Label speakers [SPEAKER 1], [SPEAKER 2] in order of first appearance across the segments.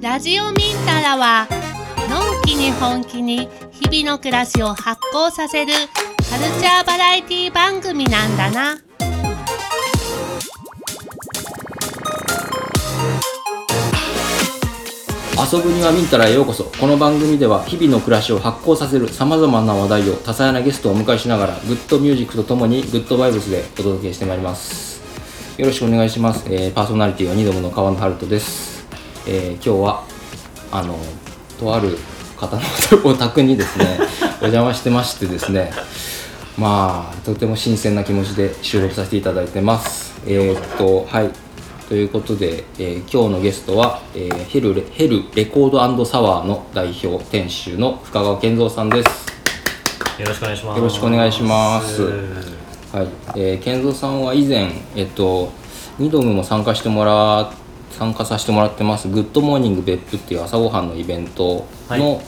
[SPEAKER 1] ラジオミンタラは、のんきに本気に日々の暮らしを発行させるカルチャーバラエティ番組なんだな。
[SPEAKER 2] 遊ぶにはミンタラへようこそこの番組では日々の暮らしを発酵させるさまざまな話題を多彩なゲストをお迎えしながらグッドミュージックとともにグッドバイブスでお届けしてまいりますよろしくお願いします、えーパーソナリティは2度目の川野春人です、えー今日はあのとある方のお宅にですね お邪魔してましてですねまあとても新鮮な気持ちで収録させていただいてますえーっとはいということで、えー今日のゲストは、えーヘルレヘルレコードサワーの代表店主の深川健三さんです
[SPEAKER 3] よろしくお願いします。
[SPEAKER 2] よろしくお願いしますはい、えー、健三さんは以前、えっと、2度も参加してもら参加させてもらってます「グッドモーニング別府」っていう朝ごはんのイベントの、
[SPEAKER 3] はい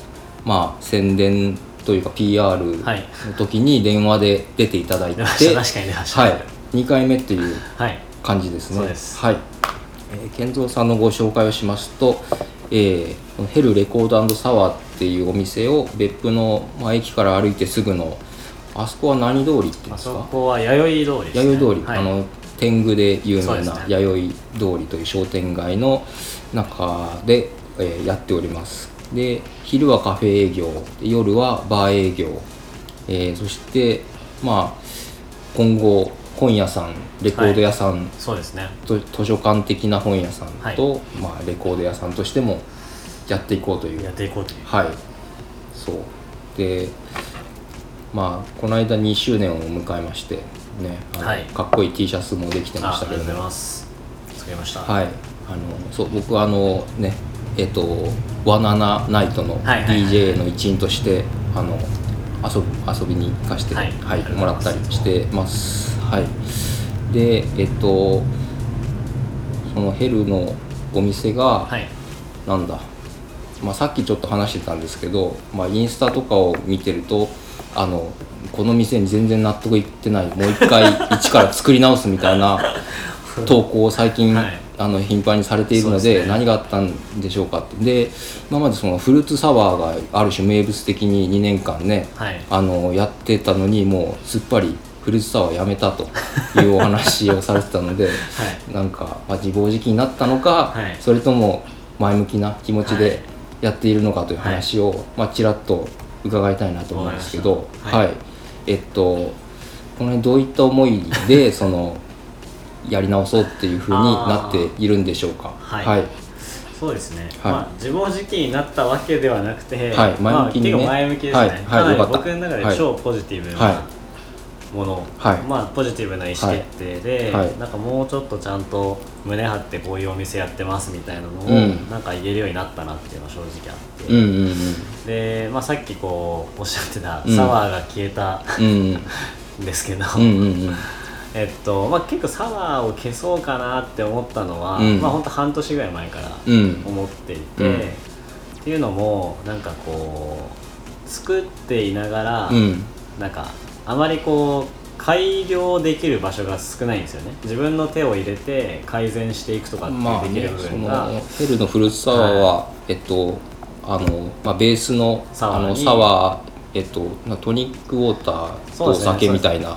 [SPEAKER 2] まあ、宣伝というか PR
[SPEAKER 3] はい
[SPEAKER 2] の時に電話で出ていただいて、
[SPEAKER 3] 出ました確かに出ました
[SPEAKER 2] はい、2回目っていう
[SPEAKER 3] はい。
[SPEAKER 2] 感じですね。
[SPEAKER 3] そうです
[SPEAKER 2] はい。えー健三さんのご紹介をしますと、えーこのヘルレコードサワーっていうお店を別府の、まあ、駅から歩いてすぐのあそこは何通りって言うん
[SPEAKER 3] あ
[SPEAKER 2] です
[SPEAKER 3] そ
[SPEAKER 2] か
[SPEAKER 3] こは弥生通りです、ね。
[SPEAKER 2] 弥生通り、
[SPEAKER 3] はい、
[SPEAKER 2] あの天狗で有
[SPEAKER 3] そう
[SPEAKER 2] 名
[SPEAKER 3] です
[SPEAKER 2] な
[SPEAKER 3] ね
[SPEAKER 2] 弥生通りという商店街の中で、えーやっておりますで昼はカフェ営業で夜はバー営業、えーそしてまあ今後本屋さんレコード屋さん、
[SPEAKER 3] そうですね。
[SPEAKER 2] と図書館的な本屋さんと、
[SPEAKER 3] はい
[SPEAKER 2] まあ、レコード屋さんとしてもやっていこうという
[SPEAKER 3] やっていこうという。
[SPEAKER 2] はいそうでまあこの間2周年を迎えましてねあの
[SPEAKER 3] はい
[SPEAKER 2] かっこいい T シャツもできてま
[SPEAKER 3] あ
[SPEAKER 2] し
[SPEAKER 3] あ
[SPEAKER 2] た
[SPEAKER 3] りが
[SPEAKER 2] け
[SPEAKER 3] と
[SPEAKER 2] ど
[SPEAKER 3] うございます。作りました。
[SPEAKER 2] はいあのそう僕はあのねえっと「ワナナナイト」の
[SPEAKER 3] はいはいはい
[SPEAKER 2] DJ の一員として、あの遊び遊びに行かせて、
[SPEAKER 3] はい
[SPEAKER 2] はい
[SPEAKER 3] ありがとう
[SPEAKER 2] も
[SPEAKER 3] ござ
[SPEAKER 2] ら
[SPEAKER 3] い
[SPEAKER 2] っ
[SPEAKER 3] ま
[SPEAKER 2] た
[SPEAKER 3] す
[SPEAKER 2] りしてますはいでえっとそのヘルのお店が、
[SPEAKER 3] はい。
[SPEAKER 2] なんだ、まあ、さっきちょっと話してたんですけど、まあ、インスタとかを見てるとあのこの店に全然納得いってないもう一 回一から作り直すみたいな投稿を最近、
[SPEAKER 3] はい
[SPEAKER 2] あの頻繁にされているの
[SPEAKER 3] そう
[SPEAKER 2] で
[SPEAKER 3] ですね
[SPEAKER 2] 何があったんでしょうかってで今までそのフルーツサワーがある種名物的に2年間ね、
[SPEAKER 3] はい
[SPEAKER 2] あのやってたのにもうすっぱりフルーツサワーやめた というお話をされてたので。なんか、まあ、自暴自棄になったのか、
[SPEAKER 3] はい
[SPEAKER 2] それとも前向きな気持ち
[SPEAKER 3] は
[SPEAKER 2] で
[SPEAKER 3] い
[SPEAKER 2] やっているのかという話を、まあ、ちらっと伺いたいなと思うんですけど
[SPEAKER 3] わかり、ました
[SPEAKER 2] は
[SPEAKER 3] はい
[SPEAKER 2] いえっとこの辺どういった思い でそのやり直そうっていうふうになっているんでしょうか。
[SPEAKER 3] はい
[SPEAKER 2] はい
[SPEAKER 3] そうですね、
[SPEAKER 2] はい
[SPEAKER 3] まあ自暴自棄になったわけではなくて、
[SPEAKER 2] はい前向きにね
[SPEAKER 3] まあ、結構前向きですね、
[SPEAKER 2] はいはい
[SPEAKER 3] かなり
[SPEAKER 2] よかった
[SPEAKER 3] 僕の中
[SPEAKER 2] はい
[SPEAKER 3] で超ポジティブ
[SPEAKER 2] はい
[SPEAKER 3] なもの、
[SPEAKER 2] はい
[SPEAKER 3] まあ、ポジティブな意思決定で、
[SPEAKER 2] はいはい
[SPEAKER 3] なんかもうちょっとちゃんと胸張ってこういうお店やってますみたいなのを、
[SPEAKER 2] うん
[SPEAKER 3] なんか言えるようになったなっていうのは正直あって、
[SPEAKER 2] うんうん
[SPEAKER 3] で、まあ、さっきこうおっしゃってた
[SPEAKER 2] うん
[SPEAKER 3] サワーが消えた
[SPEAKER 2] うんうん
[SPEAKER 3] んですけど、
[SPEAKER 2] うんうんうんうん
[SPEAKER 3] えっとまあ、結構サワーを消そうかなって思ったのは、
[SPEAKER 2] うん
[SPEAKER 3] まあ本当半年ぐらい前から
[SPEAKER 2] うん
[SPEAKER 3] 思っていて、
[SPEAKER 2] うん
[SPEAKER 3] っていうのもなんかこう作っていながら、
[SPEAKER 2] うん
[SPEAKER 3] なんかあまりこう改良できる場所が少ないんですよね自分の手を入れて改善していくとか
[SPEAKER 2] まあ
[SPEAKER 3] ってでき
[SPEAKER 2] ね
[SPEAKER 3] る部、
[SPEAKER 2] そ
[SPEAKER 3] 分が、
[SPEAKER 2] のヘルのフルーツサワーは、えっとあの、まあ、ベースの
[SPEAKER 3] サワー
[SPEAKER 2] あ
[SPEAKER 3] に
[SPEAKER 2] のサワー、えっと、なトニックウォーターとお
[SPEAKER 3] そうです
[SPEAKER 2] 酒
[SPEAKER 3] ね
[SPEAKER 2] みたいな、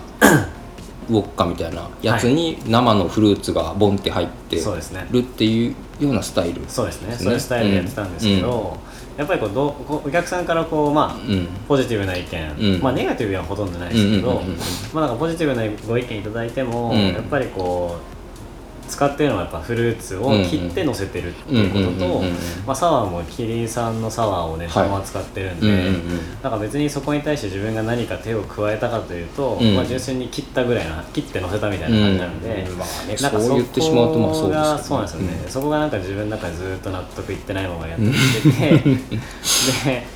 [SPEAKER 2] ウォッカみたいなやつに生のフルーツがボンって入って
[SPEAKER 3] そうですね
[SPEAKER 2] るっていうようなスタイル。
[SPEAKER 3] そうですね
[SPEAKER 2] ですね
[SPEAKER 3] そういうスタイルでやってたんですけど、やっぱりこうどうこうお客さんからこうまあ、
[SPEAKER 2] うん
[SPEAKER 3] ポジティブな意見、
[SPEAKER 2] うん
[SPEAKER 3] まあネガティブはほとんどないですけど、
[SPEAKER 2] うんうんうんうん
[SPEAKER 3] まあなんかポジティブなご意見いただいても、
[SPEAKER 2] うん
[SPEAKER 3] やっぱりこう使ってるのはやっぱフルーツを切って乗せてるっていうこ
[SPEAKER 2] う
[SPEAKER 3] と
[SPEAKER 2] んうんうん
[SPEAKER 3] と
[SPEAKER 2] うんうんうん
[SPEAKER 3] まあサワーもキリンさんのサワーをねそのまま使ってるんで、
[SPEAKER 2] うんうんうん
[SPEAKER 3] なんか別にそこに対して自分が何か手を加えたかというと、
[SPEAKER 2] うん
[SPEAKER 3] まあ純粋に切ったぐらいの切って乗せたみたいな感じなんで、
[SPEAKER 2] うんまあね
[SPEAKER 3] なんか
[SPEAKER 2] そう言ってしまうとまあそうですよね
[SPEAKER 3] そこがそうなんですよね、そこがなんか自分の中でずっと納得いってないままやってきててで、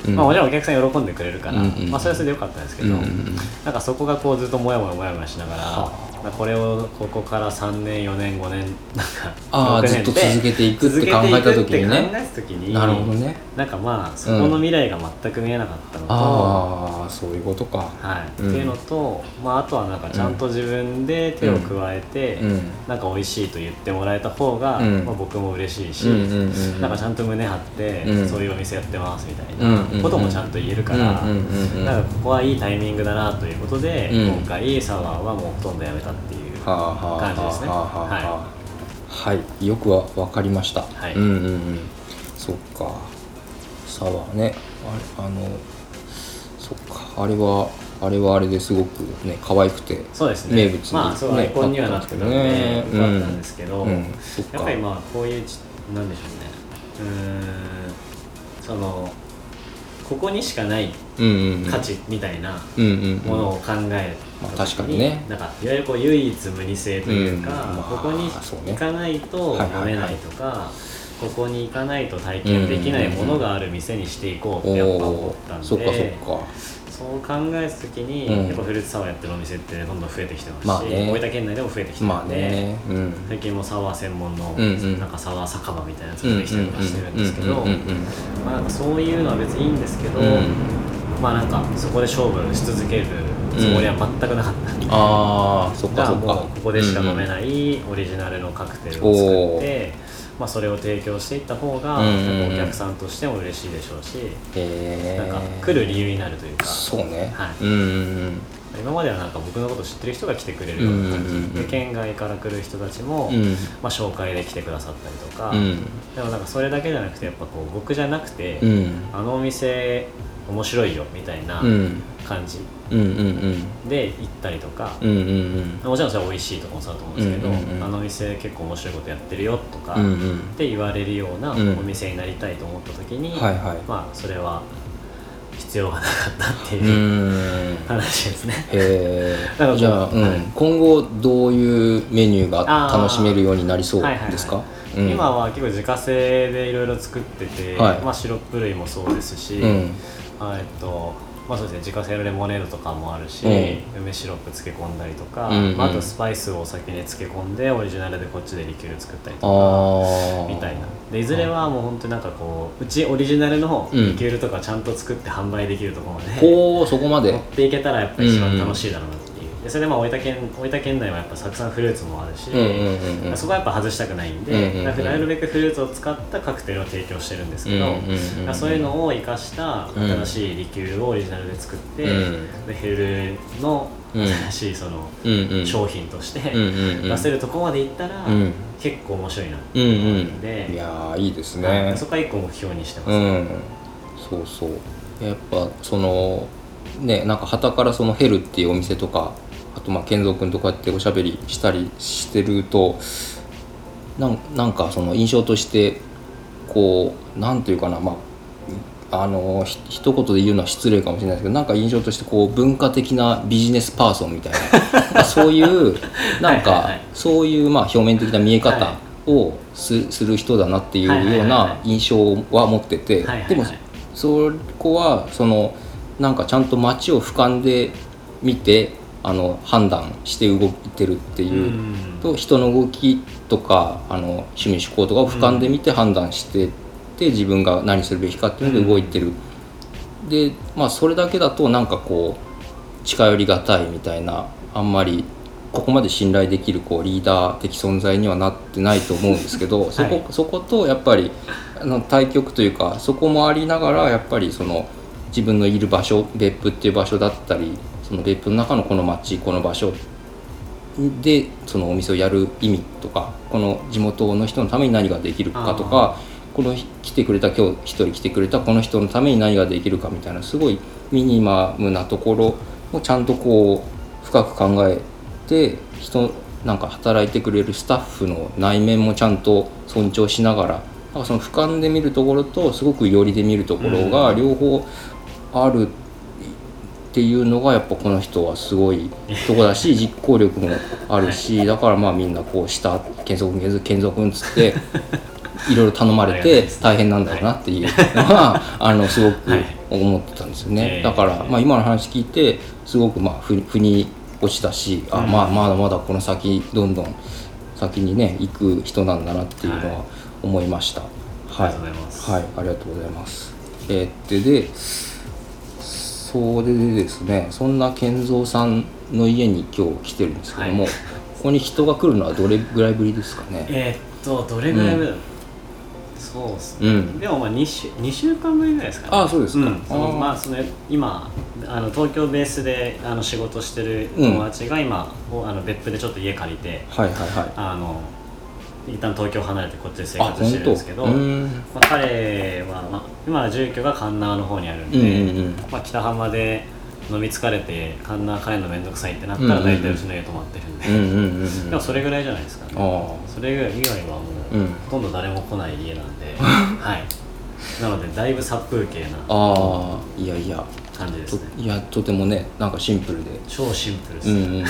[SPEAKER 2] うん
[SPEAKER 3] まあ、もちろんお客さん喜んでくれるから、
[SPEAKER 2] うんうん
[SPEAKER 3] まあ、それはそれでよかったんですけ
[SPEAKER 2] うん
[SPEAKER 3] ど、
[SPEAKER 2] うんうん
[SPEAKER 3] なんかそこがこうずっとモヤモヤモヤモヤしながら、
[SPEAKER 2] は
[SPEAKER 3] まあこれをここから3年4年5年年なんか
[SPEAKER 2] ああ
[SPEAKER 3] 6
[SPEAKER 2] ずっ
[SPEAKER 3] 年
[SPEAKER 2] と
[SPEAKER 3] で
[SPEAKER 2] 続けていくって考
[SPEAKER 3] 続けて
[SPEAKER 2] え
[SPEAKER 3] いく
[SPEAKER 2] た
[SPEAKER 3] っ
[SPEAKER 2] 時
[SPEAKER 3] て
[SPEAKER 2] に
[SPEAKER 3] 考
[SPEAKER 2] ね
[SPEAKER 3] えた時に
[SPEAKER 2] なるほどね
[SPEAKER 3] なんかまあそこの未来が全く見えなかったのと、
[SPEAKER 2] ああそういうことか
[SPEAKER 3] はい
[SPEAKER 2] うん
[SPEAKER 3] っていうのと、まあ、あとはなんかちゃんと自分で手を加えて、
[SPEAKER 2] うん
[SPEAKER 3] なんか美味しいと言ってもらえた方が、
[SPEAKER 2] うん
[SPEAKER 3] まあ、僕も嬉しいし、
[SPEAKER 2] うんうんうん
[SPEAKER 3] なんかちゃんと胸張って、
[SPEAKER 2] うん
[SPEAKER 3] そういうお店やってますみた
[SPEAKER 2] うんう
[SPEAKER 3] い
[SPEAKER 2] んう
[SPEAKER 3] なんこともちゃんと言えるから、
[SPEAKER 2] うんうんうんうん
[SPEAKER 3] なんかここはいいタイミングだなということで、
[SPEAKER 2] うん
[SPEAKER 3] 今回サワーはもうほとんどやめたっていう、
[SPEAKER 2] はあはあはあ
[SPEAKER 3] 感じですね
[SPEAKER 2] はあはあはい、よくは分かりました、
[SPEAKER 3] はい
[SPEAKER 2] うんうんうんそっかサワーねあれあのそっかあれはあれはあれですごくね可愛くて
[SPEAKER 3] そうですね
[SPEAKER 2] 名物
[SPEAKER 3] まあそうアイコンにはなってたので、
[SPEAKER 2] ね
[SPEAKER 3] よかったんですけど、
[SPEAKER 2] うんうんそっか
[SPEAKER 3] やっぱりまあこういうちなんでしょうねうーんそのここにしかない
[SPEAKER 2] うんうんうん
[SPEAKER 3] 価値みたいな
[SPEAKER 2] うんうん
[SPEAKER 3] ものを考え
[SPEAKER 2] まあ
[SPEAKER 3] た
[SPEAKER 2] 確
[SPEAKER 3] 時
[SPEAKER 2] かにね
[SPEAKER 3] なんかいわゆるこう唯一無二性というか、
[SPEAKER 2] うんまあ
[SPEAKER 3] ここに
[SPEAKER 2] そうね
[SPEAKER 3] 行かないと
[SPEAKER 2] はいはいは
[SPEAKER 3] 飲
[SPEAKER 2] い
[SPEAKER 3] めないとか、ここに行かないと体験できないものがある店にしていこうってやっぱ思
[SPEAKER 2] お
[SPEAKER 3] ったん
[SPEAKER 2] ー
[SPEAKER 3] で
[SPEAKER 2] そっかそっか
[SPEAKER 3] そう考えた時に、
[SPEAKER 2] うん
[SPEAKER 3] やっぱフルーツサワーやってるお店ってどんどん増えてきてますし、
[SPEAKER 2] まあね
[SPEAKER 3] 大分県内でも増えてきてる
[SPEAKER 2] まあ
[SPEAKER 3] んで、
[SPEAKER 2] ねうん
[SPEAKER 3] 最近もサワー専門の、
[SPEAKER 2] うんうん
[SPEAKER 3] なんかサワー酒場みたいなやつ
[SPEAKER 2] うんう
[SPEAKER 3] が
[SPEAKER 2] ん
[SPEAKER 3] できたりとかしてるんですけ
[SPEAKER 2] うんう
[SPEAKER 3] ど
[SPEAKER 2] んうん
[SPEAKER 3] まあなんかそういうのは別にいいんですけど、
[SPEAKER 2] うん
[SPEAKER 3] まあなんかそこで勝負し続けるつもりは全くなかった、
[SPEAKER 2] ああそっか
[SPEAKER 3] が
[SPEAKER 2] そっか
[SPEAKER 3] もうここでしか飲め
[SPEAKER 2] い
[SPEAKER 3] ないオリジナルのカクテルを作って、まあ、それを提供していった方が、
[SPEAKER 2] うんうんうん
[SPEAKER 3] やっぱお客さんとしても嬉しいでしょうし、
[SPEAKER 2] へえ
[SPEAKER 3] なんか来る理由になるというか。
[SPEAKER 2] そうね、
[SPEAKER 3] はい
[SPEAKER 2] うんうん
[SPEAKER 3] 今まではなんか僕のこと知ってる人が来てくれるような感じ、
[SPEAKER 2] うんうんうんうん
[SPEAKER 3] で県外から来る人たちも、
[SPEAKER 2] うん
[SPEAKER 3] まあ、紹介で来てくださったりとか、
[SPEAKER 2] うん
[SPEAKER 3] でもなんかそれだけじゃなくてやっぱこう僕じゃなくて、
[SPEAKER 2] うん
[SPEAKER 3] あのお店面白いよみたいな
[SPEAKER 2] うん
[SPEAKER 3] 感じ
[SPEAKER 2] うんうんうん
[SPEAKER 3] で行ったりとか、
[SPEAKER 2] うんうんうん
[SPEAKER 3] もちろんそれは美味しいとかもそうだと思うんですけど、
[SPEAKER 2] うんうんうん
[SPEAKER 3] あのお店結構面白いことやってるよとか、
[SPEAKER 2] うんう
[SPEAKER 3] っ
[SPEAKER 2] ん
[SPEAKER 3] て言われるようなお
[SPEAKER 2] うん
[SPEAKER 3] 店になりたいと思った時に、
[SPEAKER 2] はいはい
[SPEAKER 3] まあそれは必要がなかったって
[SPEAKER 2] う
[SPEAKER 3] いう
[SPEAKER 2] ーん
[SPEAKER 3] 話ですね。
[SPEAKER 2] へ
[SPEAKER 3] なんかこ
[SPEAKER 2] え
[SPEAKER 3] う
[SPEAKER 2] じゃあ、うん
[SPEAKER 3] はい
[SPEAKER 2] 今後どういうメニューが楽しめるようになりそう
[SPEAKER 3] はいはいはい
[SPEAKER 2] ですか
[SPEAKER 3] 今は結構自家製でいろいろ作ってて、
[SPEAKER 2] はい
[SPEAKER 3] まあ、シロップ類もそうですし、
[SPEAKER 2] うん
[SPEAKER 3] あえっとまあ、そうですね自家製のレモネードとかもあるし、
[SPEAKER 2] う
[SPEAKER 3] 梅シロップ漬け込んだりとか、
[SPEAKER 2] うんうん
[SPEAKER 3] まあ、あとスパイスをお酒に漬け込んでオリジナルでこっちでリキュール作ったり
[SPEAKER 2] あ
[SPEAKER 3] と
[SPEAKER 2] あ
[SPEAKER 3] かみたいなでいずれはもう本当になんかこううちオリジナルの
[SPEAKER 2] うん
[SPEAKER 3] リキュールとかちゃんと作って販売できるところまで、
[SPEAKER 2] ほうそこまで
[SPEAKER 3] 持っていけたらやっぱ一番楽しいだろうなっていう、でそれでまあ大分県大分県内はやっぱたくさんフルーツもあるし、
[SPEAKER 2] うんうんうんうん
[SPEAKER 3] そこはやっぱ外したくないんで、
[SPEAKER 2] うんうんうん
[SPEAKER 3] だからなるべくフルーツを使ったカクテルを提供してるんですけど、
[SPEAKER 2] うんうんうんうん
[SPEAKER 3] だからそういうのを生かした新しいリキュールをオリジナルで作って、
[SPEAKER 2] うん
[SPEAKER 3] でヘルの
[SPEAKER 2] うん
[SPEAKER 3] 新しいその
[SPEAKER 2] うんうん
[SPEAKER 3] 商品として
[SPEAKER 2] うんうんうん
[SPEAKER 3] 出せるとこまでいったら、
[SPEAKER 2] うん
[SPEAKER 3] 結構面白いなって
[SPEAKER 2] うん
[SPEAKER 3] 思う
[SPEAKER 2] うん
[SPEAKER 3] んで、
[SPEAKER 2] いやーいいです
[SPEAKER 3] は
[SPEAKER 2] ね
[SPEAKER 3] いそこは一個目標にしてます、
[SPEAKER 2] うんそうそうやっぱそのねなんか旗からそのヘルっていうお店とかあとまあ健三君とこうやっておしゃべりしたりしてるとなんなんかその印象としてこうなんというかなまああのひ一言で言うのは失礼かもしれないですけどなんか印象としてこう文化的なビジネスパーソンみた いななんかそういうなん
[SPEAKER 3] はいはい
[SPEAKER 2] か
[SPEAKER 3] はい
[SPEAKER 2] そういうまあ表面的な見え
[SPEAKER 3] は
[SPEAKER 2] 方をすする人だなってい
[SPEAKER 3] はいはいう
[SPEAKER 2] よ
[SPEAKER 3] は
[SPEAKER 2] う
[SPEAKER 3] い
[SPEAKER 2] な
[SPEAKER 3] はい
[SPEAKER 2] 印象は持ってて、
[SPEAKER 3] はいはいはい
[SPEAKER 2] でもそこはそのなんかちゃんと街を俯瞰で見てあの判断して動いてるって
[SPEAKER 3] う
[SPEAKER 2] いう、
[SPEAKER 3] ん
[SPEAKER 2] と人の動きとかあの趣味趣向とかを俯瞰で見て判断してって、自分が何するべきかっていうので動いてる、でまあそれだけだとなんかこう近寄りがたいみたいなあんまりここまで信頼できるこうリーダー的存在にはなってないと思うんですけど、そこそことやっぱりあの対局というかそこもありながらやっぱりその自分のいる場所別府っていう場所だったりその別府の中のこの町この場所でそのお店をやる意味とかこの地元の人のために何ができるかとかこの日来てくれた今日一人来てくれたこの人のために何ができるかみたいなすごいミニマムなところをちゃんとこう深く考えて人なんか働いてくれるスタッフの内面もちゃんと尊重しながらなんかその俯瞰で見るところとすごく寄りで見るところが両方あるっていうのがやっぱこの人はすごいとこだ し実行力もあるしだからまあみんなこうした健三君健三君っつ っていろいろ頼まれ
[SPEAKER 3] ありがたい
[SPEAKER 2] て
[SPEAKER 3] です
[SPEAKER 2] 大変なんだろうなっていうのはあのすごく思ってたんですよね、
[SPEAKER 3] はい
[SPEAKER 2] だから、まあ、今の話聞いてすごくまあふ腑に落ちたしあ、まあまだまだこの先どんどん先にね行く人なんだなっていうのは思いました、
[SPEAKER 3] あり
[SPEAKER 2] は
[SPEAKER 3] が
[SPEAKER 2] い
[SPEAKER 3] とうございます、
[SPEAKER 2] はい、ありがとうございます。えー、で、で、それでですね、そんな健三さんの家に今日来てるんですけども、
[SPEAKER 3] はい
[SPEAKER 2] ここに人が来るのはどれぐらいぶりですかね。
[SPEAKER 3] えー、っとどれぐらい目だろう、そうですね、
[SPEAKER 2] うん
[SPEAKER 3] でもまあ 2, 週2週間ぶりぐらいですかね
[SPEAKER 2] あそうですか
[SPEAKER 3] んその
[SPEAKER 2] あー
[SPEAKER 3] まあその今あの東京ベースであの仕事してる友達が今、おあの別府でちょっと家借りて
[SPEAKER 2] はいはいはい。
[SPEAKER 3] あの一旦東京離れてこっちで生
[SPEAKER 2] あ、
[SPEAKER 3] 活して
[SPEAKER 2] 本
[SPEAKER 3] るん
[SPEAKER 2] 当。
[SPEAKER 3] ですけど
[SPEAKER 2] うーん。
[SPEAKER 3] まあ、彼は、まあ、今は住居が神奈川の方にあるん
[SPEAKER 2] う
[SPEAKER 3] で、
[SPEAKER 2] んうんうん。
[SPEAKER 3] まあ、北浜で飲み疲れて神奈川帰るの面倒くさいってなったら
[SPEAKER 2] うんうんうん
[SPEAKER 3] 大体うちの家泊まってるんで、
[SPEAKER 2] うんうんうんうん。
[SPEAKER 3] でもそれぐらいじゃないですかね
[SPEAKER 2] あ
[SPEAKER 3] それ以外はもう、
[SPEAKER 2] うん
[SPEAKER 3] ほとんど誰も来ない家なん ではいなのでだいぶ殺風景
[SPEAKER 2] あ。
[SPEAKER 3] な
[SPEAKER 2] ああ、いやいや。
[SPEAKER 3] 感じです
[SPEAKER 2] と
[SPEAKER 3] ね
[SPEAKER 2] いや、とてもね、なんかシンプルで。
[SPEAKER 3] 超シンプルです
[SPEAKER 2] うん
[SPEAKER 3] ね、
[SPEAKER 2] うんうん、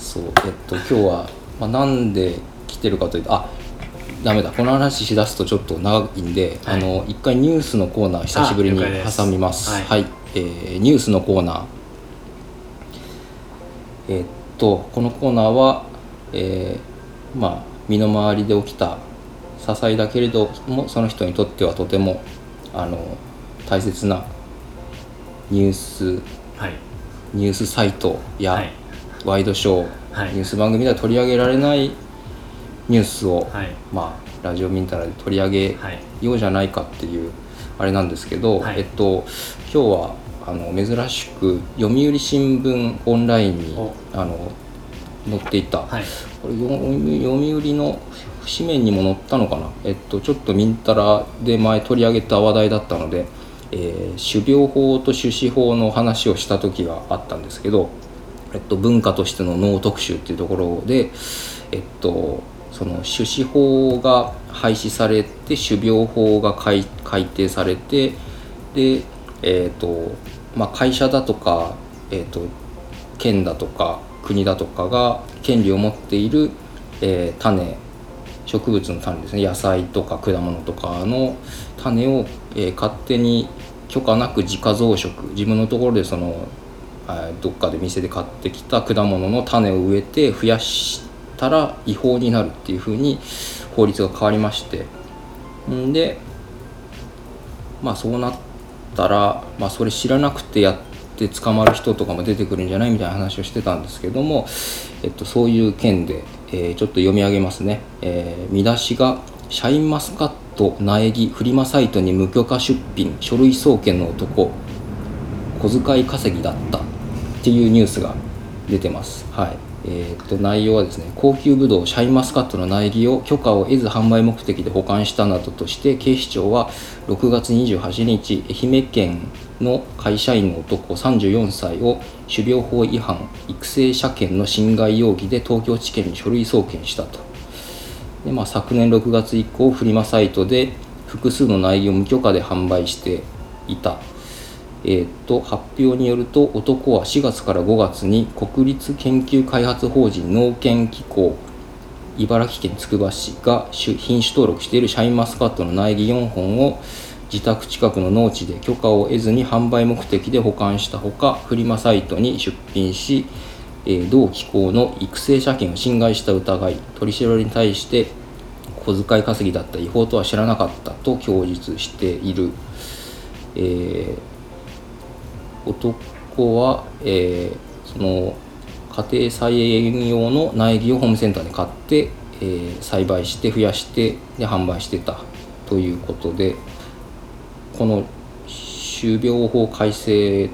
[SPEAKER 2] そうえっと今日は、まあ、なんで来てるかというとあダメだこの話しだすとちょっと長いんで、
[SPEAKER 3] はい
[SPEAKER 2] あの一回ニュースのコーナー久しぶりに
[SPEAKER 3] あ了解です
[SPEAKER 2] 挟みます
[SPEAKER 3] はい
[SPEAKER 2] はい、えーニュースのコーナーえっとこのコーナーは、えーまあ身の回りで起きた些細だけれどもその人にとってはとてもあの大切なニュース
[SPEAKER 3] はい
[SPEAKER 2] ニュースサイトや、
[SPEAKER 3] はい
[SPEAKER 2] ワイドショー、
[SPEAKER 3] はい
[SPEAKER 2] ニュース番組では取り上げられないニュースを、
[SPEAKER 3] はい
[SPEAKER 2] まあ、ラジオミンタラで取り上げ
[SPEAKER 3] はい
[SPEAKER 2] ようじゃないかっていうあれなんですけど、
[SPEAKER 3] はい
[SPEAKER 2] えっと、今日はあの珍しく読売新聞オンラインに
[SPEAKER 3] お
[SPEAKER 2] あの載っていた、
[SPEAKER 3] はい
[SPEAKER 2] これよ読売の紙面にも載ったのかな、えっと、ちょっとミンタラで前取り上げた話題だったので、えー種苗法と種子法の話をした時があったんですけど、えっと、文化としての能特集っていうところで、えっと、その種子法が廃止されて種苗法が改改定されてで、えっとまあ、会社だとか、えっと、県だとか国だとかが権利を持っている、えー種植物の種ですね野菜とか果物とかの種を、えー勝手に許可なく自家増殖自分のところでそのあーどっかで店で買ってきた果物の種を植えて増やしたら違法になるっていうふうに法律が変わりましてんでまあそうなったら、まあ、それ知らなくてやって捕まる人とかも出てくるんじゃないみたいな話をしてたんですけども、えっと、そういう件で、えーちょっと読み上げますね、えー見出しが「シャインマスカット苗木フリマサイトに無許可出品書類送検の男小遣い稼ぎだった」っていうニュースが出てます。はいえーっと内容はですね高級ブドウシャインマスカットの苗木を許可を得ず販売目的で保管したなどとして警視庁は6月28日愛媛県の会社員の男34歳を種苗法違反育成車検の侵害容疑で東京地検に書類送検したとで、まあ、昨年6月以降フリマサイトで複数の苗木を無許可で販売していたえーっと発表によると男は4月から5月に国立研究開発法人農研機構茨城県つくば市が種品種登録しているシャインマスカットの苗木4本を自宅近くの農地で許可を得ずに販売目的で保管したほかフリマサイトに出品し、えー同機構の育成車検を侵害した疑い取り調べに対して小遣い稼ぎだった違法とは知らなかったと供述している。えー男は、えーその家庭菜園用の苗木をホームセンターで買って、えー栽培して増やしてで販売してたということでこの種苗法改正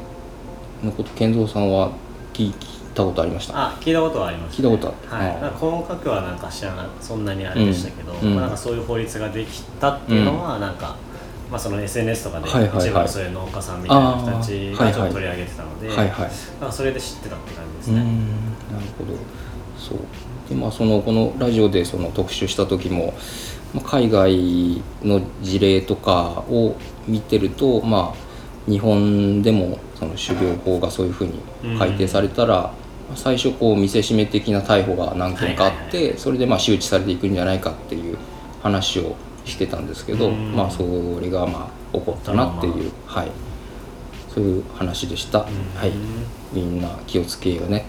[SPEAKER 2] のこと健三さんは聞いたことありました
[SPEAKER 3] あ聞いたことはありました、ね、
[SPEAKER 2] 聞いたことある
[SPEAKER 3] はい
[SPEAKER 2] あー
[SPEAKER 3] なんか細かくはなんか知らなそんなにあれでしたけど、
[SPEAKER 2] うんうん
[SPEAKER 3] まあ、なんかそういう法律ができたっていうのは、なんか、まあ、その SNS とかで
[SPEAKER 2] はいはいはい
[SPEAKER 3] 一番そういう農家さんみたいな人たち
[SPEAKER 2] あーは
[SPEAKER 3] が
[SPEAKER 2] いはい
[SPEAKER 3] ちょっと取り上げてたので、
[SPEAKER 2] はいはい
[SPEAKER 3] まあ、それで知ってたって感じです
[SPEAKER 2] うー
[SPEAKER 3] ね、
[SPEAKER 2] んなるほどそうでまあそのこのラジオでその特集した時も、まあ、海外の事例とかを見てるとまあ日本でもその種苗法がそういうふうに改定されたら、まあ最初こう見せしめ的な逮捕が何件かあって、
[SPEAKER 3] はい
[SPEAKER 2] それでまあ周知されていくんじゃないかっていう話をしてたんですけど、
[SPEAKER 3] うん
[SPEAKER 2] まあそれがまあ起こったなっていう、はい、そういう話でした。
[SPEAKER 3] うん
[SPEAKER 2] はいみんな気をつけようね。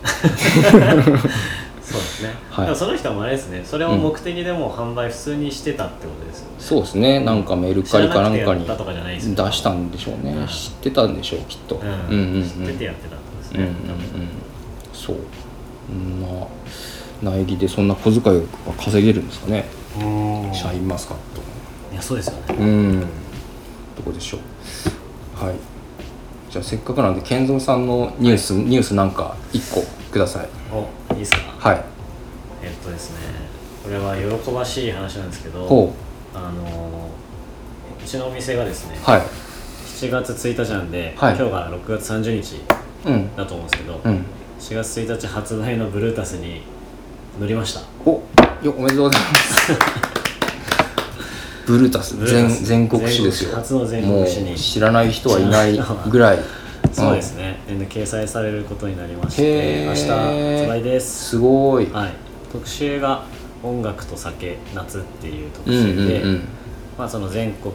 [SPEAKER 3] そうですね、
[SPEAKER 2] はい
[SPEAKER 3] だからその人もあれですねそれを目的でもう販売普通にしてたってことですよね、
[SPEAKER 2] そうですねなんかメルカリかなんかに
[SPEAKER 3] 知らなくてやったとかじゃないですよ
[SPEAKER 2] 出したんでしょうね
[SPEAKER 3] うん
[SPEAKER 2] 知ってたんでしょうきっとう
[SPEAKER 3] う
[SPEAKER 2] ん
[SPEAKER 3] ん
[SPEAKER 2] うんうん
[SPEAKER 3] 知っててやってたんです
[SPEAKER 2] うんう
[SPEAKER 3] ね、
[SPEAKER 2] んうんそうこんな苗木でそんな小遣いが稼げるんですかね
[SPEAKER 3] うん
[SPEAKER 2] シャインマスカット
[SPEAKER 3] いやそうですよね
[SPEAKER 2] うんどこでしょうはいじゃあせっかくなんで健三さんのニュース、ニュースなんか1個ください
[SPEAKER 3] おいいですか
[SPEAKER 2] はい
[SPEAKER 3] えっとですねこれは喜ばしい話なんですけど
[SPEAKER 2] ほ
[SPEAKER 3] あのうちのお店がですね、
[SPEAKER 2] はい
[SPEAKER 3] 7月1日なんで、
[SPEAKER 2] はい
[SPEAKER 3] 今日が6月30日
[SPEAKER 2] うん
[SPEAKER 3] だと思うんですけど、
[SPEAKER 2] うん
[SPEAKER 3] 4月1日発売のブルータスに乗りました
[SPEAKER 2] およおめでとうございます ブルータス
[SPEAKER 3] ブルー
[SPEAKER 2] 全
[SPEAKER 3] タス
[SPEAKER 2] 全国紙ですよ
[SPEAKER 3] 全国初の全国紙に
[SPEAKER 2] もう知らない人はい ないぐらい
[SPEAKER 3] そうですね、で掲載されることになりまし
[SPEAKER 2] へー
[SPEAKER 3] て明日発売です
[SPEAKER 2] すごい、
[SPEAKER 3] はい特集が「音楽と酒夏」っていう特
[SPEAKER 2] うんうん
[SPEAKER 3] 集で、
[SPEAKER 2] うん
[SPEAKER 3] まあ、その全国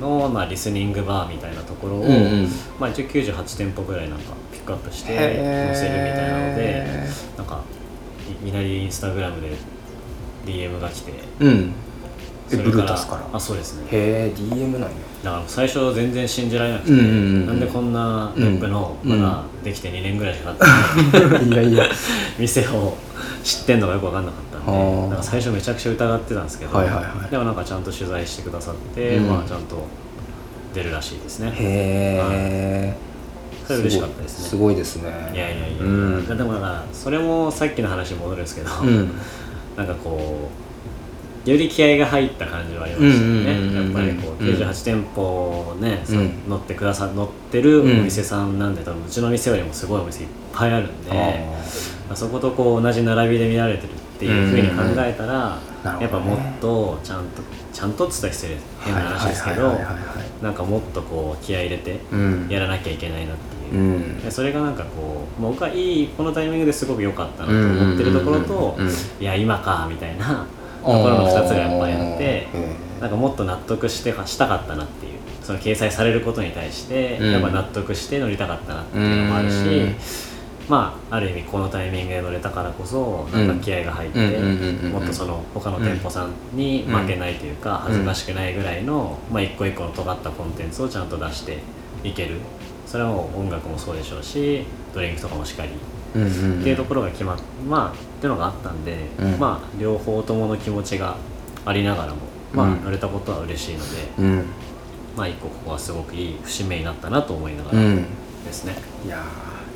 [SPEAKER 3] の、まあ、リスニングバーみたいなところを、
[SPEAKER 2] うんうん
[SPEAKER 3] まあ、一応98店舗ぐらいなんかピックアップして
[SPEAKER 2] へー
[SPEAKER 3] 載せるみたいなのでなんかいいきなりインスタグラムで DM が来て
[SPEAKER 2] うんえ
[SPEAKER 3] それ
[SPEAKER 2] ブルータスから
[SPEAKER 3] あそうですね
[SPEAKER 2] へえ DM なんや
[SPEAKER 3] だから最初全然信じられなくて、
[SPEAKER 2] うんうんうん
[SPEAKER 3] なんでこんなラップの
[SPEAKER 2] うん
[SPEAKER 3] まだできて2年ぐらいしか経ってない
[SPEAKER 2] いやいや
[SPEAKER 3] 店を知ってんのがよく分かんなかったん
[SPEAKER 2] あー
[SPEAKER 3] でなんか最初めちゃくちゃ疑ってたんですけど、
[SPEAKER 2] はいはいはい
[SPEAKER 3] でもなんかちゃんと取材してくださって、
[SPEAKER 2] うん
[SPEAKER 3] まあ、ちゃんと出るらしいですね
[SPEAKER 2] へえ
[SPEAKER 3] それ嬉しかったですね
[SPEAKER 2] すごいですね
[SPEAKER 3] いやいやいや、
[SPEAKER 2] うん
[SPEAKER 3] でもだからそれもさっきの話に戻るんですけど、
[SPEAKER 2] うん
[SPEAKER 3] なんかこうより気合が入った感じはありましたよね、
[SPEAKER 2] うんうんうんうん
[SPEAKER 3] やっぱりこう98店舗ね、
[SPEAKER 2] うん
[SPEAKER 3] 乗ってくださ乗ってるお店さんなんで、多分うちの店よりもすごいお店いっぱいあるんで
[SPEAKER 2] あ
[SPEAKER 3] まあそことこう同じ並びで見られてるっていうふうに考えたら、
[SPEAKER 2] うんうんうん
[SPEAKER 3] やっぱもっとちゃんとちゃんとっつったら失礼変な話ですけど
[SPEAKER 2] はいはいはいはいはいはい
[SPEAKER 3] なんかもっとこう気合い入れて
[SPEAKER 2] うん
[SPEAKER 3] やらなきゃいけないなっていう。
[SPEAKER 2] うん
[SPEAKER 3] でそれがなんかこう、まあ、僕はいいこのタイミングですごく良かったなと思ってるところと、
[SPEAKER 2] うんうんうんうん
[SPEAKER 3] いや今かみたいなところの2つがやっぱりあって
[SPEAKER 2] あーへー
[SPEAKER 3] なんかもっと納得してしたかったなっていうその掲載されることに対して、
[SPEAKER 2] うん
[SPEAKER 3] やっぱ納得して乗りたかったなっていうのもあるし、
[SPEAKER 2] うん
[SPEAKER 3] まあある意味このタイミングで乗れたからこそなんか気合が入って、
[SPEAKER 2] うんうんうんうんうん
[SPEAKER 3] もっとその他の店舗さんに負けないというか、
[SPEAKER 2] ん
[SPEAKER 3] 恥ずかしくないぐらいの、まあ、一個一個の尖ったコンテンツをちゃんと出していけるそれはもう音楽もそうでしょうしドリンクとかもしっかり
[SPEAKER 2] うんうん
[SPEAKER 3] っていうところが決まっまあっていうのがあったんで、
[SPEAKER 2] うん
[SPEAKER 3] まあ両方ともの気持ちがありながらもまあ
[SPEAKER 2] うん
[SPEAKER 3] 乗れたことは嬉しいので、
[SPEAKER 2] うん
[SPEAKER 3] まあ一個ここはすごくいい節目になったなと思いなが
[SPEAKER 2] う
[SPEAKER 3] ら
[SPEAKER 2] ん
[SPEAKER 3] ですね、
[SPEAKER 2] いや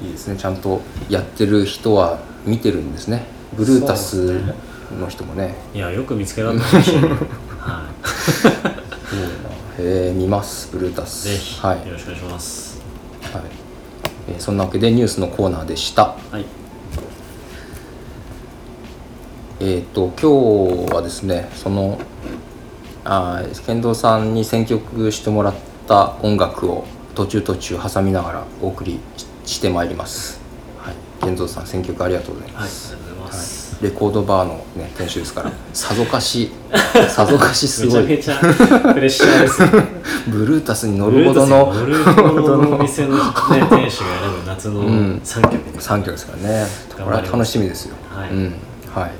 [SPEAKER 2] ーいいですねちゃんとやってる人は見てるんですねブルータ
[SPEAKER 3] そう
[SPEAKER 2] ス
[SPEAKER 3] ですね
[SPEAKER 2] の人もね
[SPEAKER 3] いやよく見つけたと思うし、 は
[SPEAKER 2] すごいなえー見ますブルータ
[SPEAKER 3] い、
[SPEAKER 2] ス
[SPEAKER 3] ぜひ、
[SPEAKER 2] はい、はい
[SPEAKER 3] よろしくお願いします
[SPEAKER 2] えーそんなわけでニュースのコーナーでした
[SPEAKER 3] はい
[SPEAKER 2] えっ、と今日はですねそのあー健三さんに選曲してもらった音楽を途中途中挟みながらお送りししてまいります、はい、健三さん選曲ありがとうござい
[SPEAKER 3] はいあ
[SPEAKER 2] ま
[SPEAKER 3] り
[SPEAKER 2] す、
[SPEAKER 3] がとうございます、
[SPEAKER 2] レコードバーの、ね、店主です からさぞかしさぞかしすごい
[SPEAKER 3] めちゃめちゃプレッシャーで すよ
[SPEAKER 2] ブルータスに乗るほどの
[SPEAKER 3] ブルータスのブルータスのお店の、ね、店主が選ぶ夏の
[SPEAKER 2] うん
[SPEAKER 3] 3曲です、
[SPEAKER 2] 3曲ですからねこれ
[SPEAKER 3] 頑張ります
[SPEAKER 2] は楽しみですよ、
[SPEAKER 3] はい
[SPEAKER 2] うんはい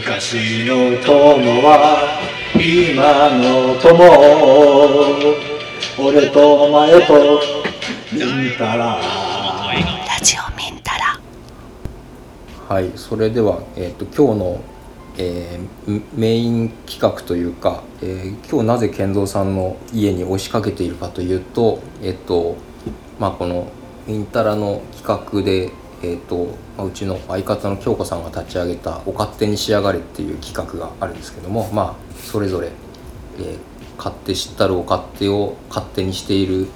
[SPEAKER 4] 昔の友は今の友俺とお前と見たら
[SPEAKER 1] ラジオミンタラ
[SPEAKER 2] はい、それでは、えー、と今日の、えーメイン企画というか、えー今日なぜ健三さんの家に押しかけているかというと,、えーとまあ、この「インタラ」の企画で、えーとまあ、うちの相方の京子さんが立ち上げた「お勝手に仕上がれ」っていう企画があるんですけども、まあ、それぞれ、えー勝手知ったるお勝手を勝手にしている、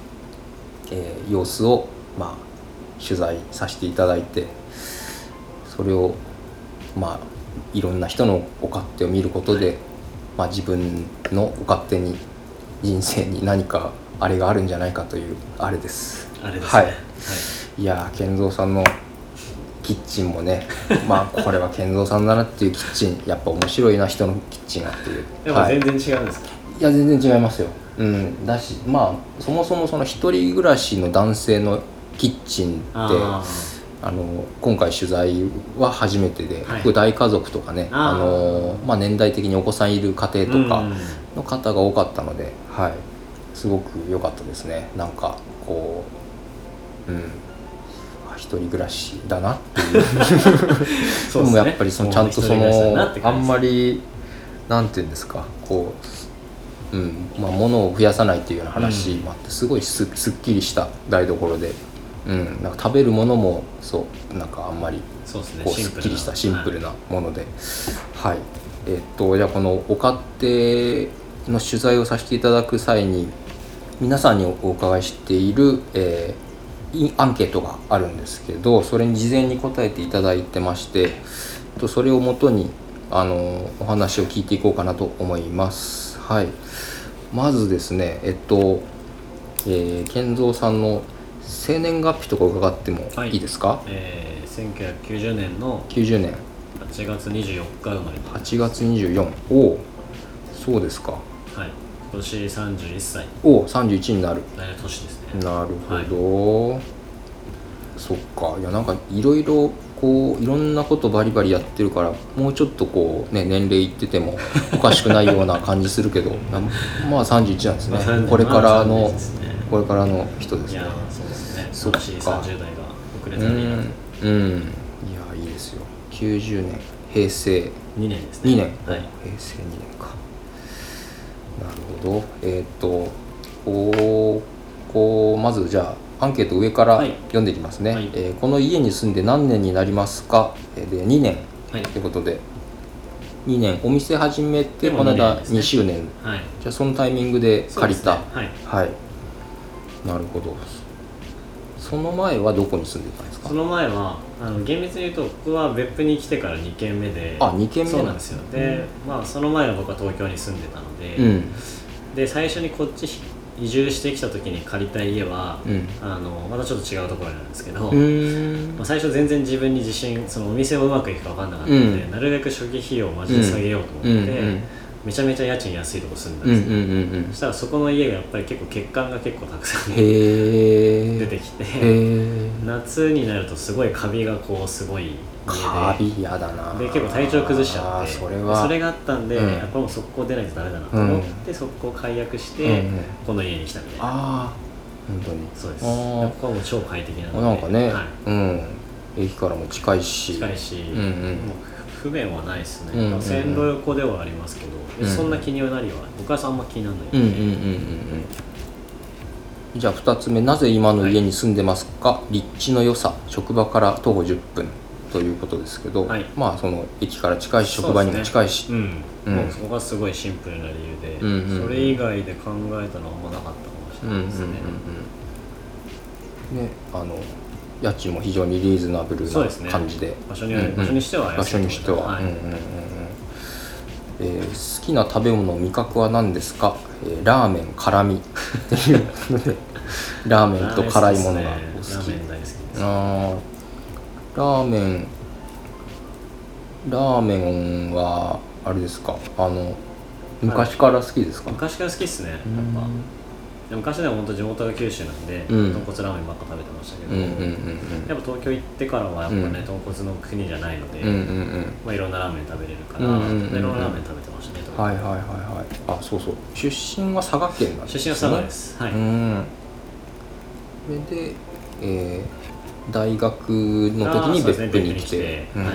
[SPEAKER 2] えー様子を、まあ、取材させていただいて。それをまあいろんな人のお勝手を見ることで、まあ、自分のお勝手に人生に何かあれがあるんじゃないかというあれです
[SPEAKER 3] あれですね、
[SPEAKER 2] はいいやー健三さんのキッチンも ねまあこれは健三さんだなっていうキッチンやっぱ面白いな人のキッチンはっていう
[SPEAKER 3] やっぱ
[SPEAKER 2] はい
[SPEAKER 3] 全然違うんですか、
[SPEAKER 2] いや全然違いますよ、うん、だしまあそもそもその一人暮らしの男性のキッチンって
[SPEAKER 3] あ
[SPEAKER 2] あ
[SPEAKER 3] ー
[SPEAKER 2] の今回取材は初めてで、
[SPEAKER 3] はい
[SPEAKER 2] 僕大家族とかね
[SPEAKER 3] あ
[SPEAKER 2] あ
[SPEAKER 3] ー
[SPEAKER 2] の、まあ、年代的にお子さんいる家庭と
[SPEAKER 3] うん
[SPEAKER 2] かの方が多かったので、はい、すごく良かったですねなんかこううんあ一人暮らしだなっていう
[SPEAKER 3] そ
[SPEAKER 2] で
[SPEAKER 3] うす
[SPEAKER 2] も
[SPEAKER 3] ね
[SPEAKER 2] やっぱりそのちゃんとそ
[SPEAKER 3] もう一人暮らしだなっ
[SPEAKER 2] の
[SPEAKER 3] て
[SPEAKER 2] あ
[SPEAKER 3] 感じ
[SPEAKER 2] ん
[SPEAKER 3] です
[SPEAKER 2] まりなんていうんですかこう、うんまあ、物を増やさないっていうような話もあって、すごいすすっきりした台所で、うん、なんか食べるものもそうなんかあんまり
[SPEAKER 3] そうですね
[SPEAKER 2] こう
[SPEAKER 3] シン
[SPEAKER 2] す
[SPEAKER 3] プ
[SPEAKER 2] っ
[SPEAKER 3] ル
[SPEAKER 2] きりしたシンプルなもので、はいえっとじゃあこのお家庭の取材をさせていただく際に皆さんにお伺いしている、えーいアンケートがあるんですけどそれに事前に答えていただいてましてとそれをもとにあのお話を聞いていこうかなと思います。はい、まずですねえっと、えー、健三さんの生年月日とか伺ってもいいですか、
[SPEAKER 3] えー、1990年の
[SPEAKER 2] 90年
[SPEAKER 3] 8月24日生まれは
[SPEAKER 2] 8月24おおそうですか
[SPEAKER 3] い今年31歳
[SPEAKER 2] おお31になる
[SPEAKER 3] 大体年ですね
[SPEAKER 2] なるほど、そっかいやなんかいろいろこういろんなことバリバリやってるからもうちょっとこうね年齢いっててもおかしくないような感じするけどなまあ31なんです
[SPEAKER 3] まあ30
[SPEAKER 2] ねこれから
[SPEAKER 3] まあ
[SPEAKER 2] の
[SPEAKER 3] 30ですね
[SPEAKER 2] これからの人です
[SPEAKER 3] い
[SPEAKER 2] ね
[SPEAKER 3] やーそうですね
[SPEAKER 2] そっか
[SPEAKER 3] 年30代が遅れ
[SPEAKER 2] う
[SPEAKER 3] たり
[SPEAKER 2] んうんいやいいですよ90年平成
[SPEAKER 3] 2年ですね
[SPEAKER 2] 2年、
[SPEAKER 3] はい
[SPEAKER 2] 平成2年かなるほどえっ、とこうこうまずじゃあアンケート上から
[SPEAKER 3] はい
[SPEAKER 2] 読んでいきますね、
[SPEAKER 3] はい
[SPEAKER 2] えーこの家に住んで何年になりますかえーで2年
[SPEAKER 3] はい
[SPEAKER 2] ということで2年お店始めて
[SPEAKER 3] でも
[SPEAKER 2] この
[SPEAKER 3] 2年
[SPEAKER 2] 間
[SPEAKER 3] ですね
[SPEAKER 2] 2周年
[SPEAKER 3] はい
[SPEAKER 2] じゃあそのタイミングで
[SPEAKER 3] そう
[SPEAKER 2] 借
[SPEAKER 3] で
[SPEAKER 2] り
[SPEAKER 3] すね
[SPEAKER 2] た、
[SPEAKER 3] はい
[SPEAKER 2] はいなるほどその前はどこに住んでたんですか
[SPEAKER 3] その前はあの厳密に言うと僕は別府に来てから2軒目で
[SPEAKER 2] あ2軒目
[SPEAKER 3] そうなんですよで、まあその前は僕は東京に住んでたので、
[SPEAKER 2] うん
[SPEAKER 3] で最初にこっち移住してきた時に借りた家は、
[SPEAKER 2] うん
[SPEAKER 3] あのまたちょっと違うところなんですけど、
[SPEAKER 2] うーん
[SPEAKER 3] まあ、最初全然自分に自信そのお店もうまくいくか分かんなかったので、
[SPEAKER 2] うん
[SPEAKER 3] なるべく初期費用をマジで下げようと思って、
[SPEAKER 2] うんうん
[SPEAKER 3] めちゃめちゃ家賃安いとこ住んだん
[SPEAKER 2] うんうん
[SPEAKER 3] ですよ、
[SPEAKER 2] うんうん
[SPEAKER 3] そしたらそこの家がやっぱり結構欠陥が結構たくさん
[SPEAKER 2] へえ
[SPEAKER 3] 出てきて、
[SPEAKER 2] へえ
[SPEAKER 3] 夏になるとすごいカビがこうすごい家で
[SPEAKER 2] カビ嫌だな
[SPEAKER 3] で結構体調崩しちゃって
[SPEAKER 2] あーそれは
[SPEAKER 3] があったんで、
[SPEAKER 2] うん
[SPEAKER 3] やっぱもう速攻出ないとダメだなと思って、速攻解約して、
[SPEAKER 2] うんうん
[SPEAKER 3] この家に来たみたいな
[SPEAKER 2] ああ本当に
[SPEAKER 3] そうです
[SPEAKER 2] あー
[SPEAKER 3] ここはもう超快適なので
[SPEAKER 2] なんかね、
[SPEAKER 3] はい
[SPEAKER 2] うん駅からも近いし
[SPEAKER 3] 近いし、
[SPEAKER 2] うんうん
[SPEAKER 3] もう不便はないですね、
[SPEAKER 2] うんうんうん
[SPEAKER 3] 線路横ではありますけど、
[SPEAKER 2] うん
[SPEAKER 3] そんな気にはなりは僕はあんま気にならないの
[SPEAKER 2] う
[SPEAKER 3] で、
[SPEAKER 2] んうんうんうんうんじゃあ2つ目なぜ今の家に住んでますか、立地の良さ職場から徒歩10分ということですけど、
[SPEAKER 3] はい
[SPEAKER 2] まあその駅から近いし職場にも近いし、
[SPEAKER 3] うん
[SPEAKER 2] うん
[SPEAKER 3] もうそこがすごいシンプルな理由で、
[SPEAKER 2] うんうんうん
[SPEAKER 3] それ以外で考えたのはあんまなかったかもしれないですね、
[SPEAKER 2] うんうんうんねあの家賃も非常にリーズナブル
[SPEAKER 3] そう
[SPEAKER 2] な
[SPEAKER 3] ですね
[SPEAKER 2] 感じで
[SPEAKER 3] 場所には場所にしては安い
[SPEAKER 2] 場所にしては、
[SPEAKER 3] はい
[SPEAKER 2] うんうんうんうんえー好きな食べ物味覚は何ですか、えーラーメン辛味っていうことでラーメンと辛いものが
[SPEAKER 3] ラ
[SPEAKER 2] お好
[SPEAKER 3] ー
[SPEAKER 2] き
[SPEAKER 3] メン大好きですね
[SPEAKER 2] あーラーメンラーメンはあれですかあの昔から好きですか、
[SPEAKER 3] 昔から好きですねやっぱで昔でも本当地元が九州なんで、
[SPEAKER 2] うん
[SPEAKER 3] 豚骨ラーメンばっか食べてましたけ
[SPEAKER 2] う
[SPEAKER 3] ど、
[SPEAKER 2] んうんうん
[SPEAKER 3] やっぱ東京行ってからはやっぱね、
[SPEAKER 2] うん
[SPEAKER 3] 豚骨の国じゃないので、
[SPEAKER 2] うんうんうんうん
[SPEAKER 3] まあ、いろんなラーメン食べれるから、
[SPEAKER 2] うんうんうんうん
[SPEAKER 3] いろんなラーメン食べてましたね、
[SPEAKER 2] はいはいはいはいあそうそう出身は佐賀県なんです
[SPEAKER 3] 出
[SPEAKER 2] ね
[SPEAKER 3] 身は佐賀です、はい
[SPEAKER 2] うんそれで、えー大学の時に
[SPEAKER 3] あーそうですね
[SPEAKER 2] 別府に来て
[SPEAKER 3] 別府
[SPEAKER 2] うん
[SPEAKER 3] に
[SPEAKER 2] うん
[SPEAKER 3] 来て
[SPEAKER 2] うんうん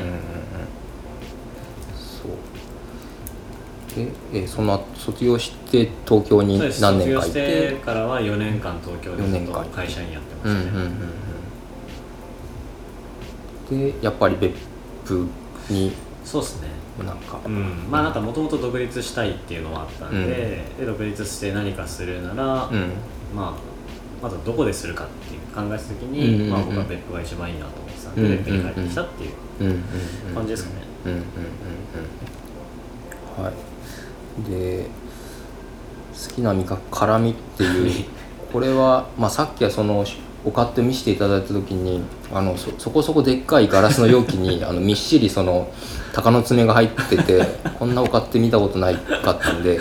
[SPEAKER 2] そうで、えーその後卒業して東京に
[SPEAKER 3] そうです
[SPEAKER 2] 何
[SPEAKER 3] 卒
[SPEAKER 2] 年
[SPEAKER 3] 業
[SPEAKER 2] かい
[SPEAKER 3] しててからは4年間東京で
[SPEAKER 2] 四
[SPEAKER 3] ず
[SPEAKER 2] 年
[SPEAKER 3] っと
[SPEAKER 2] 間
[SPEAKER 3] 会社員やってま
[SPEAKER 2] うんうん
[SPEAKER 3] したね、
[SPEAKER 2] うんうんでやっぱり別府に
[SPEAKER 3] そうですね
[SPEAKER 2] なんか
[SPEAKER 3] うん、まあなんかもともと独立したいっていうのはあったんで,、で独立して何かするなら、
[SPEAKER 2] うん
[SPEAKER 3] まあ、まずどこでするかっていう考えた時
[SPEAKER 2] うん
[SPEAKER 3] に、
[SPEAKER 2] うんうん
[SPEAKER 3] まあ、僕は別府が一番いいなと思ってたんで、
[SPEAKER 2] うんうんうん
[SPEAKER 3] 別府に帰ってきたっていう
[SPEAKER 2] うんうんうん
[SPEAKER 3] 感じですかね、
[SPEAKER 2] うんうんうんうんはいで好きな味覚辛味っていうこれは、まあ、さっきはそのお買って見せていただいた時にあのそそこそこでっかいガラスの容器 にあのみっしりその鷹の爪が入っててこんなお買って見たことないかったんで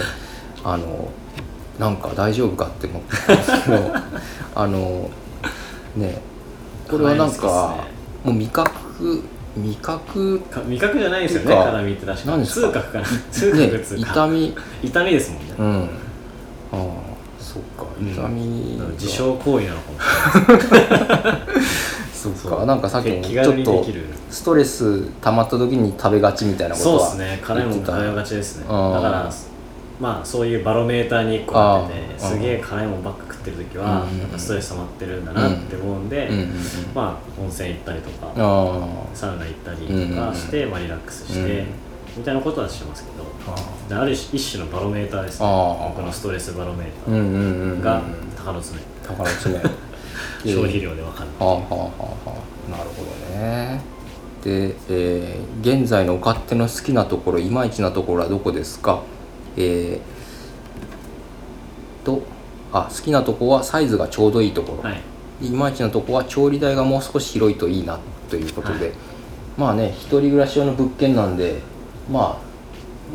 [SPEAKER 2] あの なんか大丈夫かって思ってたんですけどあのねこれはなん
[SPEAKER 3] 辛い
[SPEAKER 2] か
[SPEAKER 3] ですね
[SPEAKER 2] もう味覚味覚
[SPEAKER 3] か味覚じゃないですよね
[SPEAKER 2] てか
[SPEAKER 3] 辛みって確か
[SPEAKER 2] 何
[SPEAKER 3] に
[SPEAKER 2] ですか
[SPEAKER 3] 痛覚かな痛
[SPEAKER 2] ね
[SPEAKER 3] 覚痛覚
[SPEAKER 2] 痛み
[SPEAKER 3] 痛みですもんね、
[SPEAKER 2] うんああそっか
[SPEAKER 3] うん
[SPEAKER 2] 痛み
[SPEAKER 3] 自傷行為なのかもし
[SPEAKER 2] そっ
[SPEAKER 3] れな
[SPEAKER 2] か
[SPEAKER 3] い
[SPEAKER 2] なんかさっきも
[SPEAKER 3] 気
[SPEAKER 2] ち
[SPEAKER 3] 軽
[SPEAKER 2] ょっ
[SPEAKER 3] にで
[SPEAKER 2] と
[SPEAKER 3] きる
[SPEAKER 2] ストレス溜まった時に食べがちみたいなこと
[SPEAKER 3] そう
[SPEAKER 2] は
[SPEAKER 3] ですね辛いもん
[SPEAKER 2] 言って
[SPEAKER 3] 食
[SPEAKER 2] た
[SPEAKER 3] べがちですねだか
[SPEAKER 2] うん
[SPEAKER 3] らまあそういうバロメーターに1個なって
[SPEAKER 2] あー
[SPEAKER 3] てすげえ辛いもんばっか食ってる時は
[SPEAKER 2] うん
[SPEAKER 3] やっぱストレス溜まってるんだなって思うんで、
[SPEAKER 2] うんうんうん
[SPEAKER 3] まあ温泉行ったりとか
[SPEAKER 2] あ
[SPEAKER 3] サウナ行ったりとかして、まあ、リラックスして、
[SPEAKER 2] うん
[SPEAKER 3] みたいなことはしてますけど
[SPEAKER 2] あ
[SPEAKER 3] である種一種のバロメーターですね
[SPEAKER 2] ああ
[SPEAKER 3] 僕のストレスバロメータ
[SPEAKER 2] うん
[SPEAKER 3] ー
[SPEAKER 2] うんうんうん
[SPEAKER 3] が鷹の爪
[SPEAKER 2] 宝爪
[SPEAKER 3] 消費量で分かる
[SPEAKER 2] はあはあはあはあなるほどねで、えー現在のお勝手の好きなところいまいちなところはどこですかえーとあ好きなとこはサイズがちょうどいいところ、
[SPEAKER 3] はい
[SPEAKER 2] いまいちなとこは調理台がもう少し広いといいなということで、
[SPEAKER 3] はい
[SPEAKER 2] まあね一人暮らし用の物件なんでま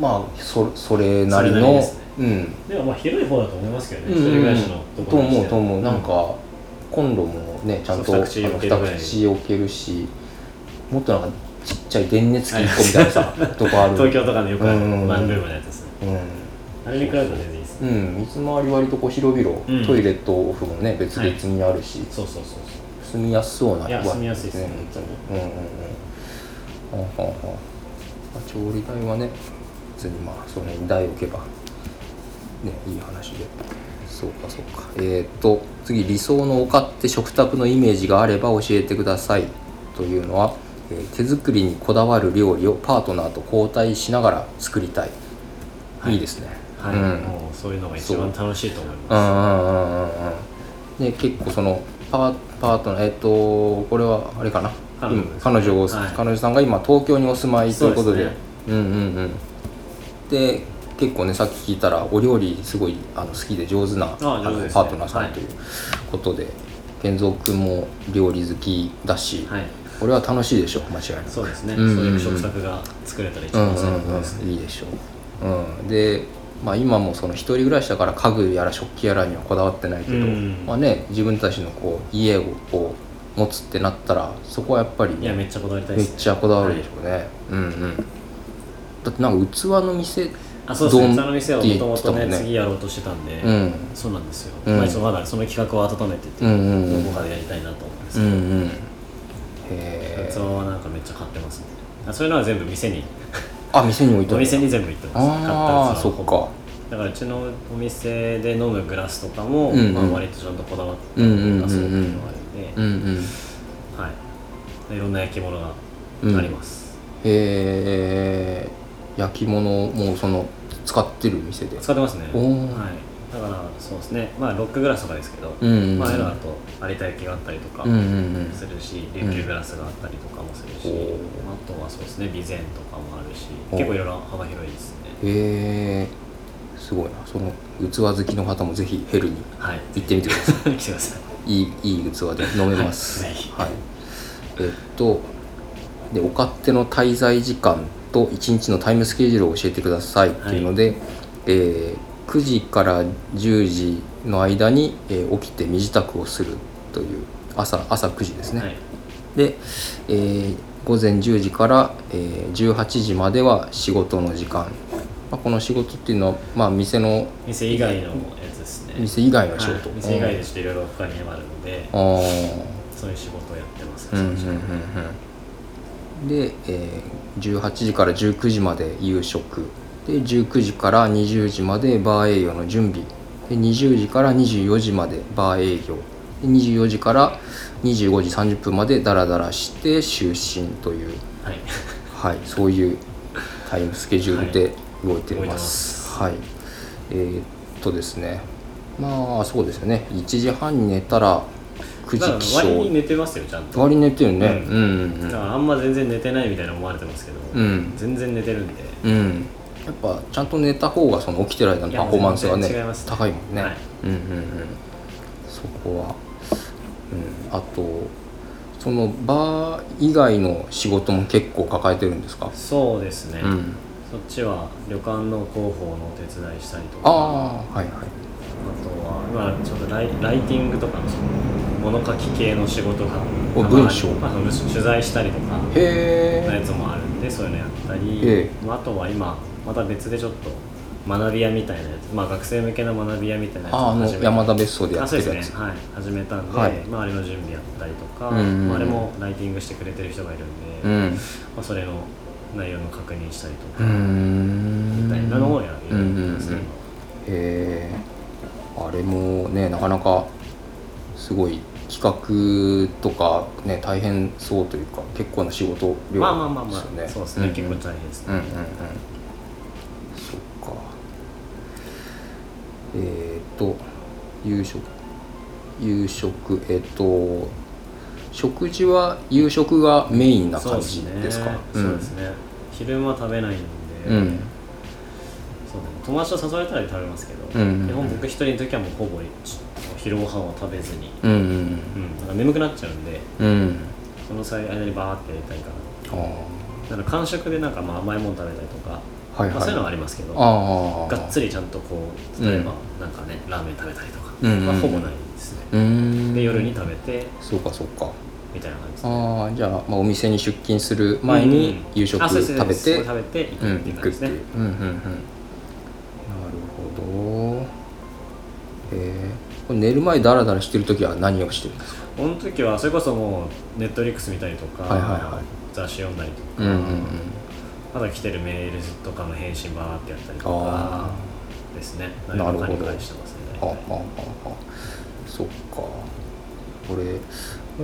[SPEAKER 2] あまあそそれなり
[SPEAKER 3] それなり
[SPEAKER 2] の
[SPEAKER 3] ですね
[SPEAKER 2] うん
[SPEAKER 3] でもまあ広い方だと思いますけどね
[SPEAKER 2] うん
[SPEAKER 3] 一人暮らしのと
[SPEAKER 2] と
[SPEAKER 3] ころにして
[SPEAKER 2] 思う
[SPEAKER 3] は
[SPEAKER 2] と思うなんか、コンロもねちゃんと
[SPEAKER 3] そう
[SPEAKER 2] 二
[SPEAKER 3] 二口置けるぐらい
[SPEAKER 2] 口置けるしもっとなんかちっちゃい電熱器1個みたいな さとこある
[SPEAKER 3] 東京とかのよくある
[SPEAKER 2] うん
[SPEAKER 3] ワンルームのやつですねあれに比べたら全然いいですね
[SPEAKER 2] うん、うん、水回り割とこう広々、
[SPEAKER 3] うん
[SPEAKER 2] トイレとお風呂もね別々にあるし、
[SPEAKER 3] そうそうそうそ
[SPEAKER 2] 住みやすそうな
[SPEAKER 3] ういや住みやすいですね
[SPEAKER 2] 本当にうんうんうんはあはあはあまあ調理台はね別にまあその辺に台置けばねいい話でそうかそうかえっ、と次理想のおかって食卓のイメージがあれば教えてくださいというのは、えー手作りにこだわる料理をパートナーと交代しながら作りたい、、
[SPEAKER 3] はいい
[SPEAKER 2] いですね
[SPEAKER 3] はい
[SPEAKER 2] うん
[SPEAKER 3] もうそういうのが一番楽しいと思い
[SPEAKER 2] うんう
[SPEAKER 3] ま
[SPEAKER 2] んうんうんうんで結構そのパーパートナーえっとこれはあれかな
[SPEAKER 3] 彼女です
[SPEAKER 2] 彼女を
[SPEAKER 3] はい
[SPEAKER 2] 彼女さんが今東京にお住まいということで
[SPEAKER 3] そうですね
[SPEAKER 2] うんうんうんで結構ねさっき聞いたらお料理すごいあの好きで上手な
[SPEAKER 3] あ
[SPEAKER 2] の
[SPEAKER 3] 上手ですね
[SPEAKER 2] パートナーさ
[SPEAKER 3] は
[SPEAKER 2] ん
[SPEAKER 3] い
[SPEAKER 2] ということで、健三君も料理好きだし、
[SPEAKER 3] すはい
[SPEAKER 2] これは楽しいでしょ間違いなく
[SPEAKER 3] そうですね
[SPEAKER 2] う
[SPEAKER 3] そ
[SPEAKER 2] ん
[SPEAKER 3] う
[SPEAKER 2] うんうん
[SPEAKER 3] いう食卓が作れたら一
[SPEAKER 2] うん
[SPEAKER 3] 番
[SPEAKER 2] う
[SPEAKER 3] 最
[SPEAKER 2] ん
[SPEAKER 3] 高です
[SPEAKER 2] う
[SPEAKER 3] ね
[SPEAKER 2] ん、いいでしょう、うん、で、まあ、今もその一人暮らしだから家具やら食器やらにはこだわってないけど、
[SPEAKER 3] うん
[SPEAKER 2] まあね、自分たちのこう家をこう持つってなったらそこはやっぱり、
[SPEAKER 3] いや
[SPEAKER 2] ね、
[SPEAKER 3] めっちゃこだわりたい
[SPEAKER 2] め
[SPEAKER 3] で
[SPEAKER 2] っ
[SPEAKER 3] すね
[SPEAKER 2] ちゃこだわるでしょうね、うんうんだってなんか器の店
[SPEAKER 3] あそうです
[SPEAKER 2] どん
[SPEAKER 3] ね下の店はもともと
[SPEAKER 2] って言ってたもん
[SPEAKER 3] ね
[SPEAKER 2] ね
[SPEAKER 3] 次やろうとしてたんで
[SPEAKER 2] うん
[SPEAKER 3] そうなんですよ
[SPEAKER 2] うん
[SPEAKER 3] まあ一応まだその企画を温めてて
[SPEAKER 2] うんうんうん
[SPEAKER 3] どこかでやりたいなと思うんです
[SPEAKER 2] う
[SPEAKER 3] け
[SPEAKER 2] ん
[SPEAKER 3] ど
[SPEAKER 2] うんへ
[SPEAKER 3] 器
[SPEAKER 2] え
[SPEAKER 3] はなんかめっちゃ買ってますねあそういうのは全部店に
[SPEAKER 2] あ店に置いて
[SPEAKER 3] お
[SPEAKER 2] ある
[SPEAKER 3] 店に全部行ってます買った
[SPEAKER 2] ああ
[SPEAKER 3] 器
[SPEAKER 2] そ
[SPEAKER 3] は
[SPEAKER 2] っ
[SPEAKER 3] ほぼ
[SPEAKER 2] か
[SPEAKER 3] だからうちのお店で飲むグラスとかも、
[SPEAKER 2] うんうん
[SPEAKER 3] まあ、割とちゃんとこだわって
[SPEAKER 2] うんうんうんうん
[SPEAKER 3] 出そうっていうのがあるんで、
[SPEAKER 2] うんうん
[SPEAKER 3] はい、いろんな焼き物があ
[SPEAKER 2] うん
[SPEAKER 3] ります、
[SPEAKER 2] へえ焼き物もその使ってる店で
[SPEAKER 3] 使ってますね、
[SPEAKER 2] おー
[SPEAKER 3] はい、だからそうですねまあロックグラスとかですけど、
[SPEAKER 2] うんうんうん
[SPEAKER 3] まあああいうのだと有田焼きがあったりとか
[SPEAKER 2] うんうんうん
[SPEAKER 3] するし、琉球グラスがあったりとかもするし、
[SPEAKER 2] おー
[SPEAKER 3] あとはそうですね備前とかもあるし
[SPEAKER 2] おー
[SPEAKER 3] 結構いろいろ幅広いですね
[SPEAKER 2] へえすごいなその器好きの方もぜひヘルに
[SPEAKER 3] はい
[SPEAKER 2] 行ってみてくださ
[SPEAKER 3] 来てください
[SPEAKER 2] いいいいい器で飲めます
[SPEAKER 3] はいぜひ
[SPEAKER 2] はい、えっとでお勝手の滞在時間と1日のタイムスケジュールを教えてくださいっていうので、えー9時から10時の間に、えー起きて身支度をするという朝朝9時ですね、
[SPEAKER 3] はい
[SPEAKER 2] で、えー午前10時から、えー18時までは仕事の時間、まあ、この仕事っていうのは、まあ、店の
[SPEAKER 3] 店以外のやつですね
[SPEAKER 2] 店以外の仕事、
[SPEAKER 3] はい、店以外でちょっといろいろ他にあるので
[SPEAKER 2] あー
[SPEAKER 3] そういう仕事をやってます
[SPEAKER 2] う
[SPEAKER 3] ね、
[SPEAKER 2] んうんうんうんで、えー18時から19時まで夕食で19時から20時までバー営業の準備で20時から24時までバー営業で24時から25時30分までダラダラして就寝という
[SPEAKER 3] はい
[SPEAKER 2] はい、そういうタイムスケジュールで動いてます。はい、えーっとですね、まあそうですよね、1時半に寝たら9
[SPEAKER 3] だから
[SPEAKER 2] 時起
[SPEAKER 3] 割に
[SPEAKER 2] 床。
[SPEAKER 3] 寝てますよちゃんと
[SPEAKER 2] 割に寝てるね。う
[SPEAKER 3] うん
[SPEAKER 2] う
[SPEAKER 3] だか
[SPEAKER 2] ん
[SPEAKER 3] らあんま全然寝てないみたいな思われてますけど、
[SPEAKER 2] うん
[SPEAKER 3] 全然寝てるんで
[SPEAKER 2] うん。うんやっぱちゃんと寝た方がその起きてる間のパフォーマンスがね
[SPEAKER 3] いや全然違いますね
[SPEAKER 2] 高いもんね、
[SPEAKER 3] はい
[SPEAKER 2] うんうんうんそこは、うん、あとそのバー以外の仕事も結構抱えてるんですか、
[SPEAKER 3] そうですね、
[SPEAKER 2] うん、
[SPEAKER 3] そっちは旅館の広報のお手伝いしたりとかあ
[SPEAKER 2] ああはいはい
[SPEAKER 3] とは今ちょっとライライティングとかのその物書き系の仕事が
[SPEAKER 2] お文章
[SPEAKER 3] まあ、その取材したりとかのや
[SPEAKER 2] へ
[SPEAKER 3] つもあるんでそういうのやったり、
[SPEAKER 2] え
[SPEAKER 3] まあ、あとは今また別でちょっと学び屋みたいなやつ、まあ、学生向けの学び屋みたいなやつ
[SPEAKER 2] ああの
[SPEAKER 3] 始めた
[SPEAKER 2] 山田別荘でや
[SPEAKER 3] あ
[SPEAKER 2] っ
[SPEAKER 3] そ
[SPEAKER 2] て
[SPEAKER 3] う
[SPEAKER 2] る
[SPEAKER 3] で
[SPEAKER 2] やつ
[SPEAKER 3] すね、はい、始めたんで、
[SPEAKER 2] はい
[SPEAKER 3] まあ、あれの準備やったりとか、
[SPEAKER 2] うん
[SPEAKER 3] まあ、あれもライティングしてくれてる人がいるんで、
[SPEAKER 2] う
[SPEAKER 3] ま
[SPEAKER 2] ん
[SPEAKER 3] あ、それの内容の確認したりと
[SPEAKER 2] う
[SPEAKER 3] か、
[SPEAKER 2] ー
[SPEAKER 3] みたいなのをやるようになってます
[SPEAKER 2] う
[SPEAKER 3] ね、
[SPEAKER 2] んうんうんへえあれもねなかなかすごい企画とかね大変そうというか結構な仕事量
[SPEAKER 3] まあまあまあまあ、
[SPEAKER 2] ですよね
[SPEAKER 3] そうですね、結構
[SPEAKER 2] ん
[SPEAKER 3] 大変ですね、
[SPEAKER 2] うんうんうんそっかえっ、と夕食夕食えっ、と食事は夕食がメインな
[SPEAKER 3] そう
[SPEAKER 2] 感
[SPEAKER 3] です
[SPEAKER 2] じ
[SPEAKER 3] ね
[SPEAKER 2] ですか
[SPEAKER 3] そうですね、昼間は食べないんで、
[SPEAKER 2] うんうん
[SPEAKER 3] そうね、友達と誘われたら食べますけど、
[SPEAKER 2] うんうんうん
[SPEAKER 3] 基本僕一人の時はもうほぼ昼ご飯は食べずに、
[SPEAKER 2] うんうん
[SPEAKER 3] うん、なんか眠くなっちゃうんで
[SPEAKER 2] うん
[SPEAKER 3] その際間にバーってやりたいか
[SPEAKER 2] あ
[SPEAKER 3] ななんか間食でなんかまあ甘いもの食べたりとか、
[SPEAKER 2] あはいはい、
[SPEAKER 3] まあ、そういうのはありますけどが
[SPEAKER 2] ああ
[SPEAKER 3] っつりちゃんとこう例えばなんかね、ラーメン食べたりとか、
[SPEAKER 2] うんうんうん
[SPEAKER 3] まあ、ほぼないですね
[SPEAKER 2] うーん
[SPEAKER 3] で夜に食べて
[SPEAKER 2] そうかそうか
[SPEAKER 3] みたいな感じですね
[SPEAKER 2] ああじゃあ、まあ、お店に出勤する前に夕食
[SPEAKER 3] あそう
[SPEAKER 2] 食
[SPEAKER 3] で
[SPEAKER 2] べ
[SPEAKER 3] す
[SPEAKER 2] て
[SPEAKER 3] そうです食べて行
[SPEAKER 2] う
[SPEAKER 3] く
[SPEAKER 2] ん
[SPEAKER 3] っていう
[SPEAKER 2] 行
[SPEAKER 3] 感
[SPEAKER 2] く
[SPEAKER 3] じ
[SPEAKER 2] っ
[SPEAKER 3] で
[SPEAKER 2] て
[SPEAKER 3] すね、
[SPEAKER 2] いううんうんうんなるほどえー、これ寝る前ダラダラしてる時は何をしてるんですか
[SPEAKER 3] この時はそれこそもうネットフリックス見たりとか、
[SPEAKER 2] はいはいはい
[SPEAKER 3] 雑誌読んだりとか、
[SPEAKER 2] うんうんうん
[SPEAKER 3] まだ来てるメールとかの返信バーってやったりと
[SPEAKER 2] あ
[SPEAKER 3] かですね。
[SPEAKER 2] なるほど
[SPEAKER 3] 何かに返してますね。
[SPEAKER 2] あああああそっかこれこ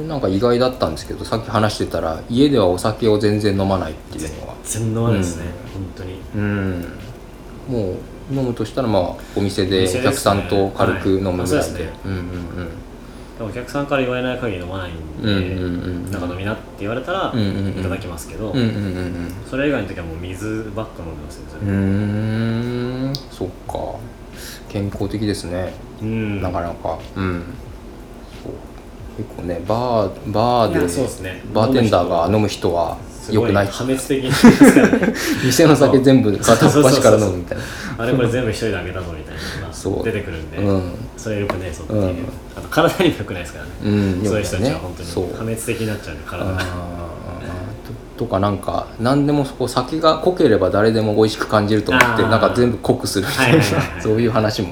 [SPEAKER 2] れなんか意外だったんですけどさっき話してたら家ではお酒を全然飲まないっていうのは
[SPEAKER 3] 全然飲まないですね、本当に。
[SPEAKER 2] うんもう飲むとしたらまあお店で
[SPEAKER 3] お
[SPEAKER 2] お
[SPEAKER 3] 店ですね
[SPEAKER 2] 客さんと軽く飲むぐら
[SPEAKER 3] はいあ
[SPEAKER 2] い
[SPEAKER 3] そうです
[SPEAKER 2] で
[SPEAKER 3] ね
[SPEAKER 2] うんうん
[SPEAKER 3] でもお客さんから言われない限り飲まないん
[SPEAKER 2] うん
[SPEAKER 3] で、
[SPEAKER 2] うんうんうん
[SPEAKER 3] なんか飲みなって言われたら
[SPEAKER 2] うんうんうん
[SPEAKER 3] いただきますけど、
[SPEAKER 2] うんうんうんうん
[SPEAKER 3] それ以外の時はもう水ばっか飲んでますよ、
[SPEAKER 2] う
[SPEAKER 3] それ
[SPEAKER 2] ーんそっか健康的ですね、
[SPEAKER 3] うん。
[SPEAKER 2] なか
[SPEAKER 3] い
[SPEAKER 2] なかうんそう結構ねバーバー
[SPEAKER 3] や
[SPEAKER 2] で
[SPEAKER 3] そうですね。
[SPEAKER 2] バーテンダーが飲む人は
[SPEAKER 3] す
[SPEAKER 2] 良
[SPEAKER 3] ご
[SPEAKER 2] く
[SPEAKER 3] い
[SPEAKER 2] な
[SPEAKER 3] 破
[SPEAKER 2] い
[SPEAKER 3] 滅的にですからね。
[SPEAKER 2] 店の酒全 部片っ端から飲むみたいな
[SPEAKER 3] あれこれ全部一人であげたぞみたいな の
[SPEAKER 2] そう
[SPEAKER 3] が出てくるんで、
[SPEAKER 2] うん
[SPEAKER 3] それよくねえぞっていう、
[SPEAKER 2] うん
[SPEAKER 3] あと体にも良くないですからね、
[SPEAKER 2] うん
[SPEAKER 3] そういう人たち
[SPEAKER 2] 良
[SPEAKER 3] は
[SPEAKER 2] くない
[SPEAKER 3] 本
[SPEAKER 2] ね
[SPEAKER 3] 当に
[SPEAKER 2] そう
[SPEAKER 3] 破滅的になっちゃうんで体が
[SPEAKER 2] あーととかなんか何でもそこ酒が濃ければ誰でも美味しく感じると思って
[SPEAKER 3] あー
[SPEAKER 2] なんか全部濃くするみたい
[SPEAKER 3] はいはいはいは
[SPEAKER 2] ない そういう話も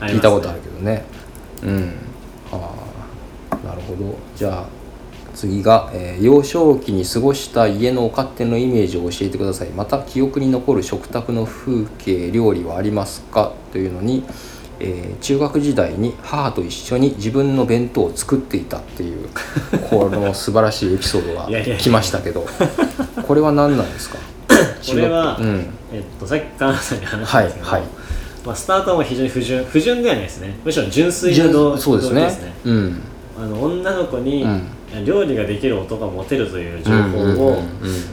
[SPEAKER 3] ありますね
[SPEAKER 2] 聞いたことあるけどねうんああなるほどじゃあ次が、えー幼少期に過ごした家のお勝手のイメージを教えてくださいまた記憶に残る食卓の風景料理はありますかというのに、えー中学時代に母と一緒に自分の弁当を作っていたっていうこの素晴らしいエピソード
[SPEAKER 3] いやいやい
[SPEAKER 2] が
[SPEAKER 3] や
[SPEAKER 2] 来ましたけどこれは何なんですか
[SPEAKER 3] これは、
[SPEAKER 2] 中学うん
[SPEAKER 3] えっと、さっき金田さんに話したんですけど、
[SPEAKER 2] はいはい
[SPEAKER 3] まあ、スタートも非常に不純不純ではないですねむしろ純粋な動
[SPEAKER 2] そうです
[SPEAKER 3] 動
[SPEAKER 2] ね
[SPEAKER 3] 機
[SPEAKER 2] うん
[SPEAKER 3] あの女の子に、
[SPEAKER 2] う
[SPEAKER 3] 料理ができる男がモテるという情報を、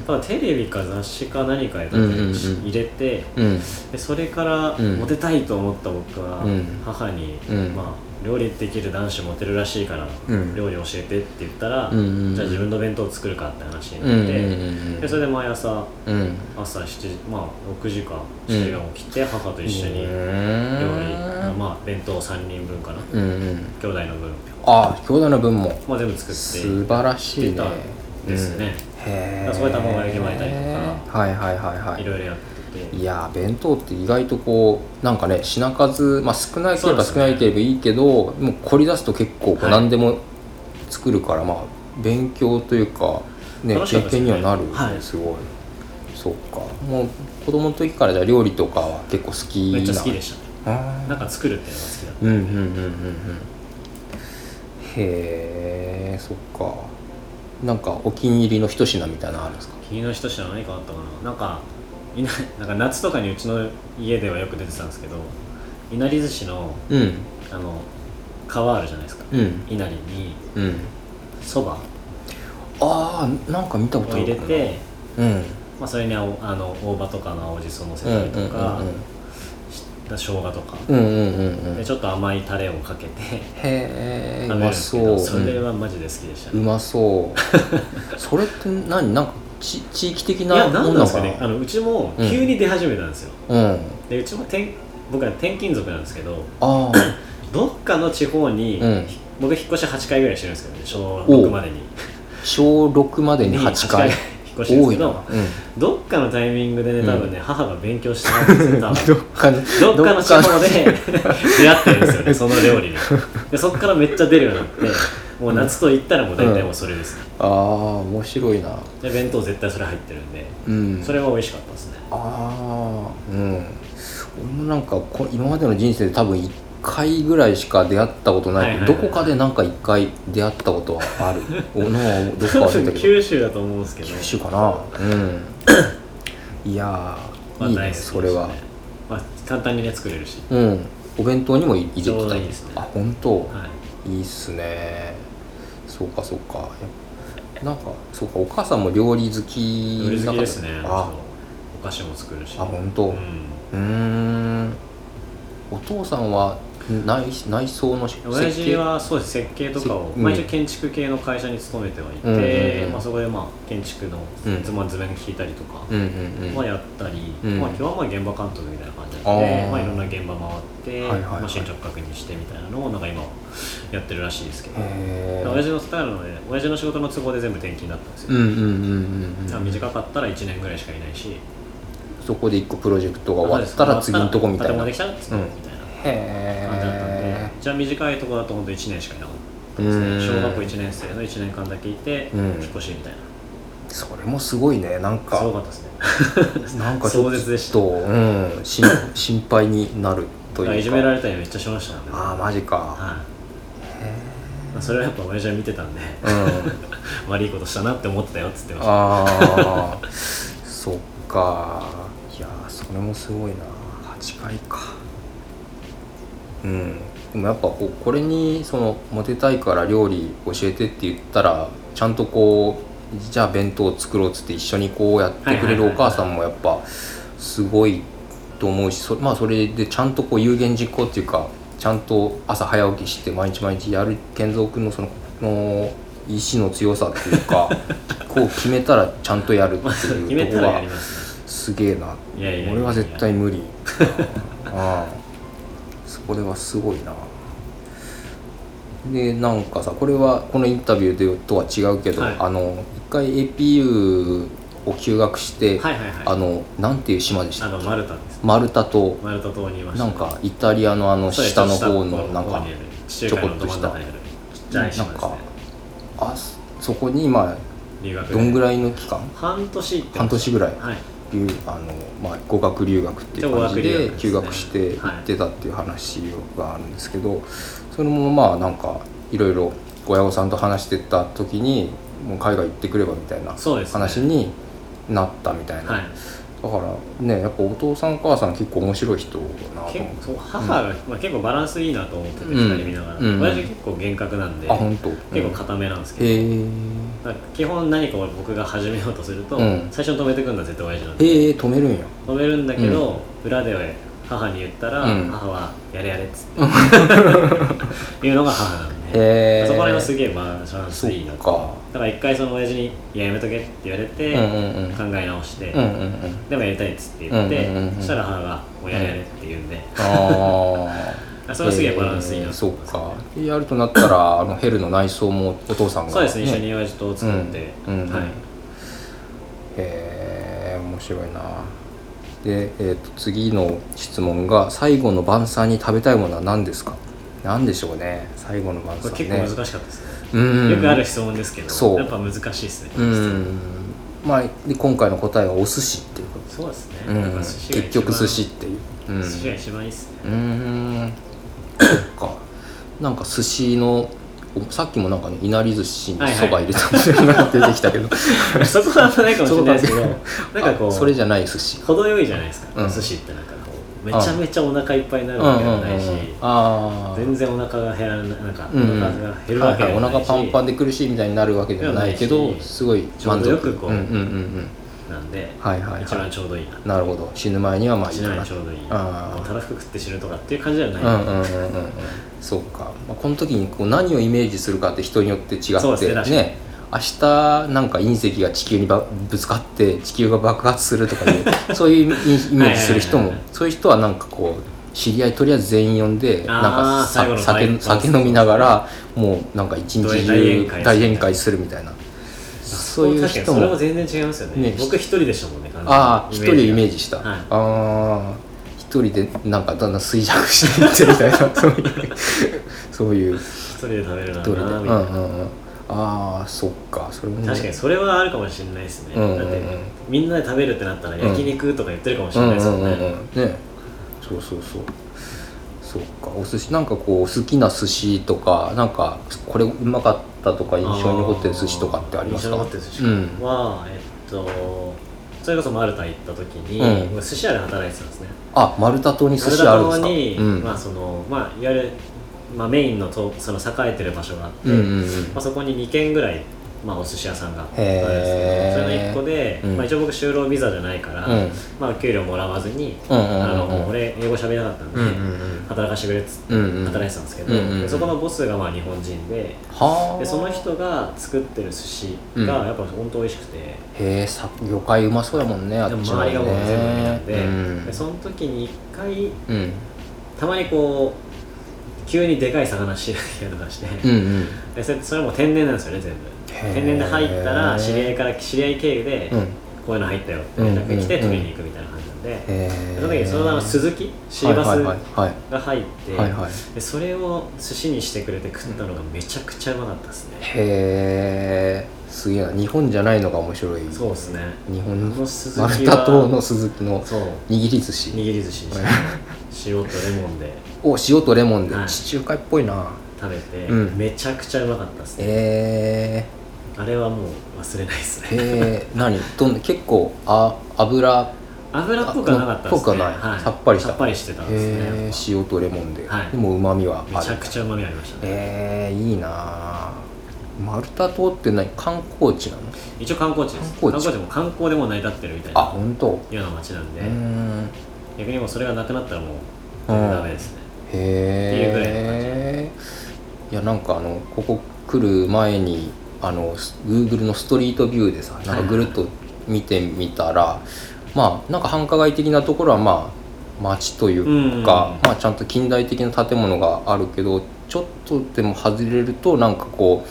[SPEAKER 3] ただテレビか雑誌か何かで
[SPEAKER 2] うんうんうん
[SPEAKER 3] 入れて、
[SPEAKER 2] うんうん
[SPEAKER 3] でそれから
[SPEAKER 2] うん
[SPEAKER 3] モテたいと思った僕は、
[SPEAKER 2] うん
[SPEAKER 3] 母に、
[SPEAKER 2] うん
[SPEAKER 3] まあ、料理できる男子モテるらしいから、
[SPEAKER 2] うん
[SPEAKER 3] 料理教えてって言ったら、
[SPEAKER 2] うんうんうん
[SPEAKER 3] じゃあ自分の弁当作るかって話に
[SPEAKER 2] うんうん
[SPEAKER 3] なっ
[SPEAKER 2] う
[SPEAKER 3] て、
[SPEAKER 2] ん
[SPEAKER 3] でそれで毎朝
[SPEAKER 2] うんうん
[SPEAKER 3] 朝7時まあ6時か7時間起きて、母と一緒に料理、まあ、弁当3人分かな、
[SPEAKER 2] うんうん
[SPEAKER 3] 兄弟の分、
[SPEAKER 2] ああ兄弟の分も
[SPEAKER 3] まあ、全部作って
[SPEAKER 2] 素晴らしいね
[SPEAKER 3] 出たですね、
[SPEAKER 2] うんへ
[SPEAKER 3] だか
[SPEAKER 2] え
[SPEAKER 3] らそこで卵焼き巻いたりと
[SPEAKER 2] かはいはいはいはい
[SPEAKER 3] いろいろやってて
[SPEAKER 2] いやー弁当って意外とこうなんかね品数、まあ、少ないければ少
[SPEAKER 3] そうですね
[SPEAKER 2] ないければいいけどもう凝り出すと結構こう
[SPEAKER 3] はい
[SPEAKER 2] 何でも作るから、まあ勉強というか、ね
[SPEAKER 3] 楽しか
[SPEAKER 2] 経
[SPEAKER 3] ったです
[SPEAKER 2] 験
[SPEAKER 3] ね
[SPEAKER 2] にはなる、
[SPEAKER 3] はい
[SPEAKER 2] すごいそうかもう子供の時からじゃあ料理とかは結構好きな
[SPEAKER 3] めっちゃ好きでしたね
[SPEAKER 2] あー
[SPEAKER 3] なんか作るっていうのが好きだった
[SPEAKER 2] うんうんうんうんうんへえそっかなんかお気に入りの一品みたいなのあるんですか
[SPEAKER 3] 君の人知ら何かあったかななんかいな なんか夏とかにうちの家ではよく出てたんですけどいなり寿司の
[SPEAKER 2] うん
[SPEAKER 3] あの皮あるじゃないですか、
[SPEAKER 2] うん
[SPEAKER 3] いなりに
[SPEAKER 2] うん
[SPEAKER 3] そば
[SPEAKER 2] ああなんか見た
[SPEAKER 3] を
[SPEAKER 2] ことあ
[SPEAKER 3] 入
[SPEAKER 2] る
[SPEAKER 3] れ
[SPEAKER 2] かな
[SPEAKER 3] て、
[SPEAKER 2] うん
[SPEAKER 3] まあ、それにあおあの大葉とかの青じそのせ
[SPEAKER 2] うんう
[SPEAKER 3] た
[SPEAKER 2] ん
[SPEAKER 3] り
[SPEAKER 2] う
[SPEAKER 3] と
[SPEAKER 2] ん
[SPEAKER 3] か、生姜とか、
[SPEAKER 2] うんうんうんうん
[SPEAKER 3] で
[SPEAKER 2] へ
[SPEAKER 3] ちょっと甘いタレをかけて
[SPEAKER 2] え
[SPEAKER 3] 食
[SPEAKER 2] う
[SPEAKER 3] べるん
[SPEAKER 2] ま
[SPEAKER 3] ですけ
[SPEAKER 2] そ
[SPEAKER 3] ど、
[SPEAKER 2] う
[SPEAKER 3] それはマジで好きでした
[SPEAKER 2] う
[SPEAKER 3] ね、
[SPEAKER 2] まそうそれって何なんかち地域的
[SPEAKER 3] い
[SPEAKER 2] な
[SPEAKER 3] や
[SPEAKER 2] もん
[SPEAKER 3] な
[SPEAKER 2] なんの
[SPEAKER 3] なんです
[SPEAKER 2] か
[SPEAKER 3] か
[SPEAKER 2] な
[SPEAKER 3] ねあのうちも
[SPEAKER 2] うん
[SPEAKER 3] 急に出始めたんですよ、
[SPEAKER 2] うん
[SPEAKER 3] でうちも転僕は転勤族なんですけど
[SPEAKER 2] あ
[SPEAKER 3] どっかの地方に、
[SPEAKER 2] うん
[SPEAKER 3] 僕引っ越し8回ぐらいしてるんですけどね小
[SPEAKER 2] おう
[SPEAKER 3] 6までに
[SPEAKER 2] あ小6までに
[SPEAKER 3] に
[SPEAKER 2] 8回
[SPEAKER 3] 引っ越してるん
[SPEAKER 2] 多
[SPEAKER 3] です
[SPEAKER 2] い
[SPEAKER 3] け
[SPEAKER 2] な、
[SPEAKER 3] ど
[SPEAKER 2] うん、
[SPEAKER 3] どっかのタイミングでね多分ね、母が勉強してたんです
[SPEAKER 2] ど
[SPEAKER 3] よ多分
[SPEAKER 2] っかの
[SPEAKER 3] どっかの地
[SPEAKER 2] どっ
[SPEAKER 3] 方で出会ってるんですよねその料理にでそこからめっちゃ出るようになってもう夏と言ったらもう大体もうそれです、
[SPEAKER 2] ああ面白いな
[SPEAKER 3] で弁当絶対それ入ってるんで
[SPEAKER 2] うん
[SPEAKER 3] それは美味しかったですね
[SPEAKER 2] ああうん俺もなんかこ今までの人生で多分1回ぐらいしか出会ったことないけど、
[SPEAKER 3] はいはいはい
[SPEAKER 2] どこかでなんか1回出会ったことはあ るおのはどこ
[SPEAKER 3] 多
[SPEAKER 2] か忘れ
[SPEAKER 3] 分
[SPEAKER 2] たけど
[SPEAKER 3] 九州だと思うんですけど
[SPEAKER 2] 九州かなうん いやー、
[SPEAKER 3] まあ
[SPEAKER 2] いい
[SPEAKER 3] 大
[SPEAKER 2] ね
[SPEAKER 3] 好き
[SPEAKER 2] それは
[SPEAKER 3] ですねまあ簡単にね作れるし
[SPEAKER 2] うんお弁当にも入れて
[SPEAKER 3] ちょう
[SPEAKER 2] た
[SPEAKER 3] どいいですね
[SPEAKER 2] あ本当、
[SPEAKER 3] はい
[SPEAKER 2] いいっすねそうかそうかなんかそうかお母さんも料理好き
[SPEAKER 3] 料理好きですね
[SPEAKER 2] あ
[SPEAKER 3] そうお菓子も作るし
[SPEAKER 2] あ本当
[SPEAKER 3] うん
[SPEAKER 2] うーんお父さんは内内装の設計
[SPEAKER 3] 親父はそうです設計とかを、
[SPEAKER 2] せうん
[SPEAKER 3] まあ、一応建築系の会社に勤めてはいて、
[SPEAKER 2] うんうんうん
[SPEAKER 3] まあ、そこでまあ建築の
[SPEAKER 2] うん
[SPEAKER 3] 図まあ図面聞いたりとか、
[SPEAKER 2] うんうんうん
[SPEAKER 3] まあ、やったり、
[SPEAKER 2] うん
[SPEAKER 3] まあ、基本はまあ現場監督みたいな感じ
[SPEAKER 2] あ
[SPEAKER 3] なので
[SPEAKER 2] ー
[SPEAKER 3] まあ、いろんな現場回って、
[SPEAKER 2] はいはいはい
[SPEAKER 3] まあ、進捗確認してみたいなのをなんか今やってるらしいですけど、
[SPEAKER 2] へー
[SPEAKER 3] 親父のスタイルなので親父の仕事の都合で全部転勤になったんですよ、
[SPEAKER 2] うんうんうんうん
[SPEAKER 3] だから短かったら1年ぐらいしかいないし
[SPEAKER 2] そこで一個プロジェクトが終わったら次のとこみたいな
[SPEAKER 3] 建物で
[SPEAKER 2] へ
[SPEAKER 3] きたら次
[SPEAKER 2] うん
[SPEAKER 3] みたいな感じだったんで、
[SPEAKER 2] え
[SPEAKER 3] じゃあ短いところだと本当1年しかいなかったです
[SPEAKER 2] うん
[SPEAKER 3] ね小学校1年生の1年間だけいて、
[SPEAKER 2] うん
[SPEAKER 3] 引っ越しみたいな
[SPEAKER 2] それもすごいねなん
[SPEAKER 3] すご
[SPEAKER 2] か
[SPEAKER 3] かったですね
[SPEAKER 2] なんかちょ
[SPEAKER 3] 壮絶で
[SPEAKER 2] っ
[SPEAKER 3] した
[SPEAKER 2] と、うん、心心配になると
[SPEAKER 3] だからい
[SPEAKER 2] い
[SPEAKER 3] じ
[SPEAKER 2] う
[SPEAKER 3] めら
[SPEAKER 2] か
[SPEAKER 3] れたりめっちゃしましたね
[SPEAKER 2] ああマジか、
[SPEAKER 3] はいまあそれはやっぱ親父は見てたんで
[SPEAKER 2] うん
[SPEAKER 3] 悪いことしたなって思ってたよっつってました
[SPEAKER 2] ああ そっかいやーそれもすごいな8回かうんでもやっぱこうこれにそのモテたいから料理教えてって言ったらちゃんとこうじゃあ弁当作ろうっつって一緒にこうやってくれる
[SPEAKER 3] はいはいはいは
[SPEAKER 2] お
[SPEAKER 3] い
[SPEAKER 2] 母さんもやっぱすごいと思うしそ,、まあ、それでちゃんとこう有言実行っていうかちゃんと朝早起きして毎日毎日やる健三君のそのの意志の強さっていう かこう決めたらちゃんとやるって
[SPEAKER 3] まあそれ決
[SPEAKER 2] い
[SPEAKER 3] め
[SPEAKER 2] うと
[SPEAKER 3] た
[SPEAKER 2] こ
[SPEAKER 3] らや
[SPEAKER 2] が
[SPEAKER 3] りますね
[SPEAKER 2] すげえない
[SPEAKER 3] やいやいや
[SPEAKER 2] 俺は絶対 無理ああそこではすごいなでなんかさこれはこのインタビューでとは違うけど、
[SPEAKER 3] はい
[SPEAKER 2] あの一回 APU を休学して、
[SPEAKER 3] はいはいはい
[SPEAKER 2] あのなんていう島でし
[SPEAKER 3] あ
[SPEAKER 2] た
[SPEAKER 3] のマルタです
[SPEAKER 2] マルタと
[SPEAKER 3] マルタ島にいました
[SPEAKER 2] な
[SPEAKER 3] ね
[SPEAKER 2] んかイタリアのあの
[SPEAKER 3] そうです
[SPEAKER 2] 下の方
[SPEAKER 3] ちょ
[SPEAKER 2] の
[SPEAKER 3] っと下
[SPEAKER 2] なんか
[SPEAKER 3] 方にある地中海のど真ん中にあるちっちゃい島です
[SPEAKER 2] なん
[SPEAKER 3] ね
[SPEAKER 2] かあそそこに今
[SPEAKER 3] 留学で
[SPEAKER 2] どんぐらいの期間
[SPEAKER 3] 半年って
[SPEAKER 2] 半年ぐらい
[SPEAKER 3] はい
[SPEAKER 2] 留あの、まあ、語学留学っていう感じ
[SPEAKER 3] 語学留
[SPEAKER 2] で
[SPEAKER 3] 学です
[SPEAKER 2] 休
[SPEAKER 3] ね
[SPEAKER 2] 学して行ってたっていう話があるんですけど、それもまあなんかいろいろ親御さんと話してた時にもう海外行ってくればみたいな
[SPEAKER 3] そうですね
[SPEAKER 2] 話になったみたいな、
[SPEAKER 3] はい
[SPEAKER 2] だからねやっぱお父さんお母さん結構面白い人だなと
[SPEAKER 3] 結
[SPEAKER 2] 思って
[SPEAKER 3] 構母が、まあ、結構バランスいいなと思ってて、
[SPEAKER 2] うん
[SPEAKER 3] 二人見ながら、
[SPEAKER 2] うん
[SPEAKER 3] 親父結構厳格なんで
[SPEAKER 2] あ本当
[SPEAKER 3] 結構固めなんですけど、
[SPEAKER 2] へえ
[SPEAKER 3] だから基本何かを僕が始めようとすると、
[SPEAKER 2] うん
[SPEAKER 3] 最初に止めてくるのは絶対親父なんで
[SPEAKER 2] へえ止めるんや
[SPEAKER 3] 止めるんだけど、裏で母に言ったら、
[SPEAKER 2] うん
[SPEAKER 3] 母は「やれやれ」っつ っていうのが母なんで、
[SPEAKER 2] へえ
[SPEAKER 3] そこら辺はすげえバラン
[SPEAKER 2] そ
[SPEAKER 3] ス
[SPEAKER 2] っ
[SPEAKER 3] いいなと
[SPEAKER 2] か
[SPEAKER 3] だから一回その親父に「いややめとけ」って言われて、
[SPEAKER 2] うんうんうん
[SPEAKER 3] 考え直して、
[SPEAKER 2] うんうん うん
[SPEAKER 3] でもやりたいっつって言って、
[SPEAKER 2] うんうんうんうん
[SPEAKER 3] そしたら母が「もうやれやれ」って言うんで、
[SPEAKER 2] ああ
[SPEAKER 3] それはすげえバランスいいなと
[SPEAKER 2] そう
[SPEAKER 3] 思います
[SPEAKER 2] かでやるとなった らあのヘルの内装もお父さんが
[SPEAKER 3] そうですね一緒に親父と作って、
[SPEAKER 2] うんうん
[SPEAKER 3] はい
[SPEAKER 2] へえ面白いなで、えー、と次の質問が「最後の晩餐に食べたいものは何ですか?」何でしょうね最後の晩
[SPEAKER 3] これ
[SPEAKER 2] 餐
[SPEAKER 3] 結
[SPEAKER 2] ね
[SPEAKER 3] 構難しかったですね、
[SPEAKER 2] うん
[SPEAKER 3] よくある質問ですけど
[SPEAKER 2] そう
[SPEAKER 3] やっぱ難しいですね、
[SPEAKER 2] うんまあで今回の答えはお寿司っていうこ
[SPEAKER 3] そうですね、
[SPEAKER 2] と、うん
[SPEAKER 3] やっぱ寿司
[SPEAKER 2] 結
[SPEAKER 3] が一番
[SPEAKER 2] 局寿司っていう、うん、
[SPEAKER 3] 寿司が一番いいっすね
[SPEAKER 2] うーんそっかなんか寿司のおさっきもなんかねいなり寿司にそば入れたみたいなのが出てきたけど
[SPEAKER 3] そこはあんまないかもしれないですけど
[SPEAKER 2] そ
[SPEAKER 3] なんかこう
[SPEAKER 2] あそれじゃない寿司
[SPEAKER 3] 程よいじゃないですか、
[SPEAKER 2] うん
[SPEAKER 3] 寿司ってなんかこうめちゃめちゃお腹いっぱいになるわけじゃないし、
[SPEAKER 2] ああ
[SPEAKER 3] 全然お腹が減らないなんか、
[SPEAKER 2] うんうん
[SPEAKER 3] お腹が減るわけ
[SPEAKER 2] は
[SPEAKER 3] で
[SPEAKER 2] い
[SPEAKER 3] も
[SPEAKER 2] はいお
[SPEAKER 3] ないし、
[SPEAKER 2] 腹パンパンで苦しいみたいになるわけではないけ
[SPEAKER 3] では
[SPEAKER 2] ど
[SPEAKER 3] ないし
[SPEAKER 2] すごい満
[SPEAKER 3] ち
[SPEAKER 2] 足
[SPEAKER 3] ょうどよくこうん
[SPEAKER 2] うんうんうん
[SPEAKER 3] なんで、
[SPEAKER 2] はいはい
[SPEAKER 3] 一番
[SPEAKER 2] は
[SPEAKER 3] ちょうどいいな、
[SPEAKER 2] いなるほど死ぬ前にはまあいい
[SPEAKER 3] 一
[SPEAKER 2] かな
[SPEAKER 3] 番ちょうどいい
[SPEAKER 2] あー
[SPEAKER 3] もうたらふく食って死ぬとかっていう感じではない、
[SPEAKER 2] うんうんうんうんうんそうか、まあ、この時にこう何をイメージするかって人によって違
[SPEAKER 3] そう
[SPEAKER 2] っ
[SPEAKER 3] です
[SPEAKER 2] て
[SPEAKER 3] ね
[SPEAKER 2] ね
[SPEAKER 3] 確かに
[SPEAKER 2] 明日なんか隕石が地球にばぶつかって地球が爆発するとかいう そういうイメージする人も
[SPEAKER 3] はいはいはいはい
[SPEAKER 2] そういう人はなんかこう知り合いとりあえず全員呼んでなんか
[SPEAKER 3] あー最後
[SPEAKER 2] さ
[SPEAKER 3] の
[SPEAKER 2] 酒
[SPEAKER 3] 晩
[SPEAKER 2] 酒飲みながらもうなんか一日
[SPEAKER 3] 大宴
[SPEAKER 2] 中
[SPEAKER 3] 会
[SPEAKER 2] 大宴会するみたいなそういう
[SPEAKER 3] 確か
[SPEAKER 2] 人
[SPEAKER 3] にそれ
[SPEAKER 2] も
[SPEAKER 3] も全然違いますよね
[SPEAKER 2] ね
[SPEAKER 3] 僕一人でしたもんね完全
[SPEAKER 2] あ
[SPEAKER 3] に
[SPEAKER 2] あ一人をイメージした、
[SPEAKER 3] がはい
[SPEAKER 2] ああ一人でなんかだんだん衰弱していってみたいなそういうそういう一
[SPEAKER 3] 一人で食べるな
[SPEAKER 2] 人で、うん
[SPEAKER 3] ー
[SPEAKER 2] う
[SPEAKER 3] みたいな、
[SPEAKER 2] んうん、ああそっかそれもね
[SPEAKER 3] 確かにそれはあるかもしれないですね、
[SPEAKER 2] うんうんうん
[SPEAKER 3] だってみんなで食べるってなったら焼肉とか言ってるかもしれないですよね、
[SPEAKER 2] うんうんうんうんねそうそうそうそっかお寿司なんかこう好きな寿司とかなんかこれうまかったとか印象に残ってる寿司とかってありますか
[SPEAKER 3] 印象に残ってる寿司
[SPEAKER 2] うん
[SPEAKER 3] は、えっとそれこそマルタ行った時に、
[SPEAKER 2] うん
[SPEAKER 3] 僕寿司屋で働いてたんですね
[SPEAKER 2] あ丸太島に寿
[SPEAKER 3] マル
[SPEAKER 2] 司あ
[SPEAKER 3] タ
[SPEAKER 2] るんです
[SPEAKER 3] 島
[SPEAKER 2] か
[SPEAKER 3] に、
[SPEAKER 2] うん
[SPEAKER 3] まあそのまあいわゆる、まあ、メインのとその栄えてる場所があって、
[SPEAKER 2] うんうんうん
[SPEAKER 3] まあ、そこに2軒ぐらい、まあ、お寿司屋さんがあるん
[SPEAKER 2] へー
[SPEAKER 3] ですけどそれの1個で、
[SPEAKER 2] うん
[SPEAKER 3] まあ、一応僕就労ビザじゃないから、
[SPEAKER 2] うん
[SPEAKER 3] まあ、給料もらわずに、
[SPEAKER 2] うんうんうんうん
[SPEAKER 3] あの俺英語喋れなかったんで、
[SPEAKER 2] うんうんうん
[SPEAKER 3] 働かしてくれっつって
[SPEAKER 2] うんうん
[SPEAKER 3] 働いてたんですけど、
[SPEAKER 2] うんうんうん
[SPEAKER 3] そこのボスがまあ日本人で
[SPEAKER 2] はあ
[SPEAKER 3] でその人が作ってる寿司がやっぱ本当美味しくて、
[SPEAKER 2] へえさ魚介うまそうやもんねあっ
[SPEAKER 3] でも
[SPEAKER 2] ちの
[SPEAKER 3] 周
[SPEAKER 2] ね
[SPEAKER 3] りがもう全部海なんで,、
[SPEAKER 2] うん
[SPEAKER 3] でその時に1回
[SPEAKER 2] うん
[SPEAKER 3] たまにこう急にでかい魚仕入れたりとかして、
[SPEAKER 2] うんうん
[SPEAKER 3] でそれそれも天然なんですよね全部
[SPEAKER 2] へー
[SPEAKER 3] 天然で入ったら知り合いから知り合い経由で、
[SPEAKER 2] うん
[SPEAKER 3] こういうの入ったよって連絡が来て
[SPEAKER 2] うんうんうん
[SPEAKER 3] 取りに行くみたいな感じなんで、
[SPEAKER 2] へえ
[SPEAKER 3] その時にその名の鈴木シーバ
[SPEAKER 2] はいはい
[SPEAKER 3] ス
[SPEAKER 2] はい
[SPEAKER 3] が入って、
[SPEAKER 2] はいはい
[SPEAKER 3] でそれを寿司にしてくれて食ったのがめちゃくちゃうまかったですね、
[SPEAKER 2] へえすげえな日本じゃないのが面白い
[SPEAKER 3] そうですね
[SPEAKER 2] 日本
[SPEAKER 3] このスズキ
[SPEAKER 2] マ
[SPEAKER 3] は
[SPEAKER 2] ルタ島の鈴木の
[SPEAKER 3] そう
[SPEAKER 2] 握り寿司
[SPEAKER 3] 握り寿司にして塩とレモンで
[SPEAKER 2] を塩とレモンで
[SPEAKER 3] はい
[SPEAKER 2] 地中海っぽいな
[SPEAKER 3] 食べて、
[SPEAKER 2] うん
[SPEAKER 3] めちゃくちゃうまかったですね
[SPEAKER 2] え
[SPEAKER 3] あれはもう忘れないで
[SPEAKER 2] ー、
[SPEAKER 3] すね
[SPEAKER 2] えー、何どんな結構あ油っ
[SPEAKER 3] 油っぽくはなかったですね
[SPEAKER 2] ぽくはないさっぱりした
[SPEAKER 3] さっぱりしてたんですねやっぱ
[SPEAKER 2] えー、塩とレモンで、
[SPEAKER 3] はい
[SPEAKER 2] でもうまみはある
[SPEAKER 3] めちゃくちゃうまみありましたね、
[SPEAKER 2] えー、いいなマルタ島って何観光地なの
[SPEAKER 3] 一応観光地です
[SPEAKER 2] 観光
[SPEAKER 3] 観光
[SPEAKER 2] 地
[SPEAKER 3] 地も観光でもう成り立ってるみたい
[SPEAKER 2] あ
[SPEAKER 3] な
[SPEAKER 2] 本当
[SPEAKER 3] ような街なんで、
[SPEAKER 2] うーんへ
[SPEAKER 3] 逆にもうそれがなくなったらもう全然ダメですね、いうぐらいの感じ
[SPEAKER 2] えいやなんかあのここ来る前にあの Google のストリートビューでさなんかぐるっと見てみたら、まあなんか繁華街的なところはまあ街という
[SPEAKER 3] うんうんうん
[SPEAKER 2] か、まあ、ちゃんと近代的な建物があるけどちょっとでも外れるとなんかこ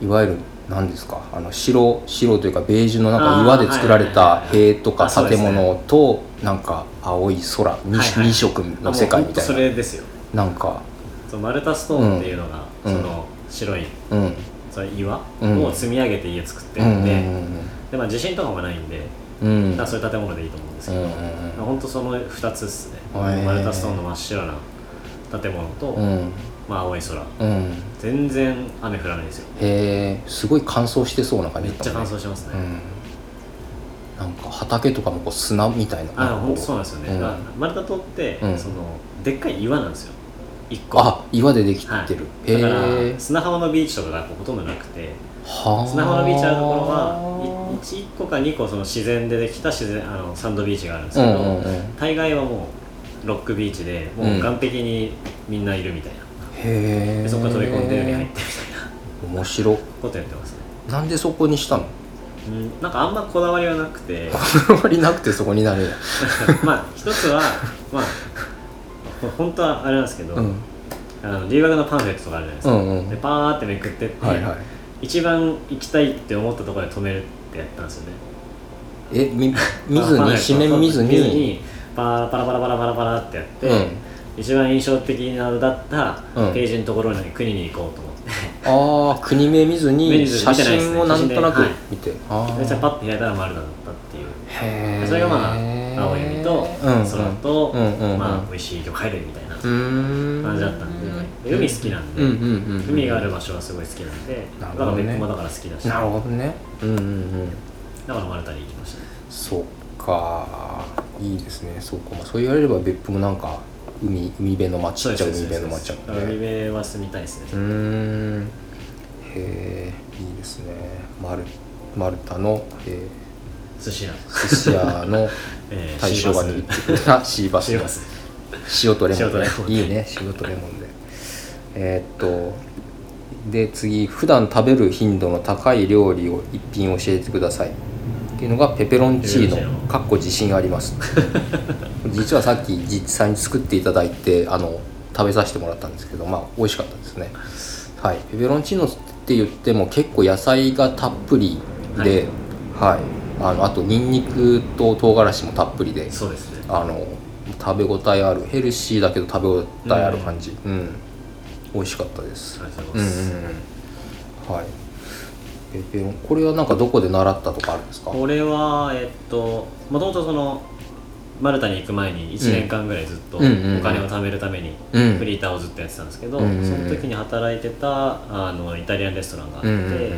[SPEAKER 2] ういわゆる何ですかあの白白というかベージュのなんか岩で作られた
[SPEAKER 3] あーはいはいは
[SPEAKER 2] 塀
[SPEAKER 3] い
[SPEAKER 2] とか
[SPEAKER 3] あそうで
[SPEAKER 2] 建
[SPEAKER 3] すね
[SPEAKER 2] 物となんか青い空
[SPEAKER 3] はいはい
[SPEAKER 2] 2, 二色の世界みた
[SPEAKER 3] あもうほんとそ
[SPEAKER 2] いな
[SPEAKER 3] れですよ
[SPEAKER 2] なんか
[SPEAKER 3] そうマルタストーンっていうのが、
[SPEAKER 2] うん
[SPEAKER 3] その白い
[SPEAKER 2] うん
[SPEAKER 3] それ岩
[SPEAKER 2] うん
[SPEAKER 3] を積み上げて家作って
[SPEAKER 2] う
[SPEAKER 3] る
[SPEAKER 2] ん
[SPEAKER 3] んで,、
[SPEAKER 2] うん
[SPEAKER 3] でまあ、地震とかもないんで、
[SPEAKER 2] うんうん
[SPEAKER 3] だからそういう建物でいいと思うんですけど、
[SPEAKER 2] うんうん
[SPEAKER 3] まあ、ほんとその2つですね、
[SPEAKER 2] へえ
[SPEAKER 3] マルタストーンの真っ白な建物と、
[SPEAKER 2] うん
[SPEAKER 3] まあ、青い空
[SPEAKER 2] うん
[SPEAKER 3] 全然雨降らないですよ
[SPEAKER 2] へえすごい乾燥してそうな感
[SPEAKER 3] め
[SPEAKER 2] じ
[SPEAKER 3] っ
[SPEAKER 2] だ
[SPEAKER 3] ちゃ
[SPEAKER 2] たもんね
[SPEAKER 3] 乾燥してますね、
[SPEAKER 2] うんなんか畑とかもこう砂みたいな
[SPEAKER 3] あ
[SPEAKER 2] なんかこ
[SPEAKER 3] 本当そうなんですよ
[SPEAKER 2] う
[SPEAKER 3] ね、
[SPEAKER 2] ん
[SPEAKER 3] だからマルタ島って、
[SPEAKER 2] うん
[SPEAKER 3] そのでっかい岩なんですよ一個
[SPEAKER 2] あ岩でできてる、
[SPEAKER 3] はい、だか
[SPEAKER 2] へえ
[SPEAKER 3] ら砂浜のビーチとかがほとんどなくて
[SPEAKER 2] は
[SPEAKER 3] 砂浜のビーチあるところは 1, 個か2個その自然でできた自然あのサンドビーチがあるんです
[SPEAKER 2] う
[SPEAKER 3] けど、
[SPEAKER 2] んうんうんへ
[SPEAKER 3] 大概はもうロックビーチでもう岸壁にみんないるみたいな、
[SPEAKER 2] え
[SPEAKER 3] でそこから飛び込んで海に入ってみたいな
[SPEAKER 2] 面白
[SPEAKER 3] ことやってますね、
[SPEAKER 2] なんでそこにしたの
[SPEAKER 3] うん、なんかあんまこだわりはなくて
[SPEAKER 2] あんまりなくてそこになるや
[SPEAKER 3] まあ一つはまあこれ本当はあれなんですけど、
[SPEAKER 2] うん
[SPEAKER 3] あの留学のパンフレットとかあるじゃないです
[SPEAKER 2] う
[SPEAKER 3] か、
[SPEAKER 2] んうん
[SPEAKER 3] でパーってめくってって、
[SPEAKER 2] はいはい
[SPEAKER 3] 一番行きたいって思ったところで止めるってやったんですよね
[SPEAKER 2] えみ 見ず
[SPEAKER 3] あ
[SPEAKER 2] に
[SPEAKER 3] パンフレット
[SPEAKER 2] 紙面見ず
[SPEAKER 3] そうそう
[SPEAKER 2] に
[SPEAKER 3] パラパラパラパラパラパラってやって、
[SPEAKER 2] うん
[SPEAKER 3] 一番印象的なのだった
[SPEAKER 2] うん
[SPEAKER 3] ページのところに国に行こうと思っ
[SPEAKER 2] あ
[SPEAKER 3] て、
[SPEAKER 2] あ国名見ず
[SPEAKER 3] 見
[SPEAKER 2] に
[SPEAKER 3] ず
[SPEAKER 2] 写
[SPEAKER 3] 見てないですね
[SPEAKER 2] 真をなんとなく見て、
[SPEAKER 3] でそしたらパ
[SPEAKER 2] あ
[SPEAKER 3] ッて開いたら丸だったっていう
[SPEAKER 2] あへえ
[SPEAKER 3] それがまあ青い海と
[SPEAKER 2] うん
[SPEAKER 3] 空と、
[SPEAKER 2] うんうんうん
[SPEAKER 3] まあ、美味しい魚介類みたいな
[SPEAKER 2] う
[SPEAKER 3] 感
[SPEAKER 2] ん
[SPEAKER 3] じだったんで,で、海好きなんで、
[SPEAKER 2] うんうんうんうん
[SPEAKER 3] 海がある場所はすごい好きなんで、
[SPEAKER 2] な
[SPEAKER 3] だ
[SPEAKER 2] る
[SPEAKER 3] か
[SPEAKER 2] ほ
[SPEAKER 3] ら
[SPEAKER 2] どね
[SPEAKER 3] 別府もだから好きだし
[SPEAKER 2] なるほどねうんうんうん
[SPEAKER 3] だから丸太に行きましたね
[SPEAKER 2] そっかいいですねそうか、まあ、そう言われれば別府もなんか海海辺の街っちゃ
[SPEAKER 3] そう
[SPEAKER 2] 海
[SPEAKER 3] です
[SPEAKER 2] 辺の
[SPEAKER 3] そうです
[SPEAKER 2] 街
[SPEAKER 3] そ
[SPEAKER 2] だ
[SPEAKER 3] うで
[SPEAKER 2] も
[SPEAKER 3] す海
[SPEAKER 2] んね
[SPEAKER 3] 辺は住みたいですね
[SPEAKER 2] うーんへえいいですねマルマルタの、え
[SPEAKER 3] 寿司屋
[SPEAKER 2] ー、寿司屋の
[SPEAKER 3] えー
[SPEAKER 2] 大将が
[SPEAKER 3] シ
[SPEAKER 2] 握
[SPEAKER 3] ーバ
[SPEAKER 2] ってくれたシーバ
[SPEAKER 3] ス
[SPEAKER 2] ス
[SPEAKER 3] シーバス
[SPEAKER 2] 塩とレモン
[SPEAKER 3] 塩と
[SPEAKER 2] ね
[SPEAKER 3] レモン
[SPEAKER 2] いいね塩とレモンでえーっとで次普段食べる頻度の高い料理を一品教えてくださいっていうのがペペロンチー
[SPEAKER 3] ペペロンチ
[SPEAKER 2] ノ
[SPEAKER 3] ーノ
[SPEAKER 2] かっこ自信あります 実はさっき実際に作っていただいてあの食べさせてもらったんですけどまあ美味しかったですねはいペペロンチーノって言っても結構野菜がたっぷり
[SPEAKER 3] はい
[SPEAKER 2] で、はいあのあとニンニクと唐辛子もたっぷりで
[SPEAKER 3] そうですね
[SPEAKER 2] あの食べ応えあるヘルシーだけど食べ応えある感じ、うん美味しかったです
[SPEAKER 3] ありがとうご
[SPEAKER 2] うん
[SPEAKER 3] ざ
[SPEAKER 2] う
[SPEAKER 3] い
[SPEAKER 2] ん
[SPEAKER 3] ます、
[SPEAKER 2] うんはいペペロンこれはなんかどこで習ったとかあるんですか
[SPEAKER 3] これはえっともともとそのマルタに行く前に1年間ぐらいずっとお
[SPEAKER 2] うんうんうんうん
[SPEAKER 3] 金を貯めるために
[SPEAKER 2] うん
[SPEAKER 3] フリーターをずっとやってたんですけど、
[SPEAKER 2] うんうんうん
[SPEAKER 3] その時に働いてたあのイタリアンレストランがあって、
[SPEAKER 2] うんうんうん
[SPEAKER 3] ま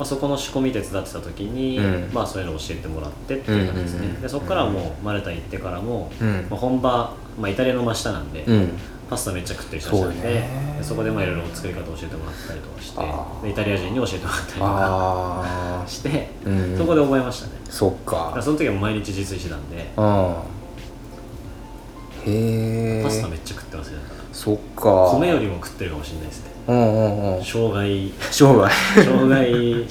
[SPEAKER 3] あ、そこの仕込み手伝ってた時に、
[SPEAKER 2] うん
[SPEAKER 3] まあ、そういうのを教えてもらってっていう感じですね、
[SPEAKER 2] うんうんうん
[SPEAKER 3] でそこからはもうマルタ行ってからも、
[SPEAKER 2] うん
[SPEAKER 3] まあ、本場、まあ、イタリアの真下なんで、
[SPEAKER 2] うん
[SPEAKER 3] パスタめっちゃ食ってる人たちなん
[SPEAKER 2] そう
[SPEAKER 3] で
[SPEAKER 2] ね
[SPEAKER 3] でそこでまあいろいろ作り方を教えてもらったりとかし
[SPEAKER 2] あー
[SPEAKER 3] てでイタリア人に教えてもらったりとか
[SPEAKER 2] ああ
[SPEAKER 3] して、
[SPEAKER 2] うん
[SPEAKER 3] そこで覚えましたね
[SPEAKER 2] そっ
[SPEAKER 3] だから
[SPEAKER 2] か
[SPEAKER 3] その時は毎日自炊してたんで
[SPEAKER 2] うんへえ
[SPEAKER 3] パスタめっちゃ食ってますよだから
[SPEAKER 2] そっか
[SPEAKER 3] 米よりも食ってるかもしれないですね
[SPEAKER 2] うんうんうん
[SPEAKER 3] 生姜
[SPEAKER 2] 生涯
[SPEAKER 3] 障害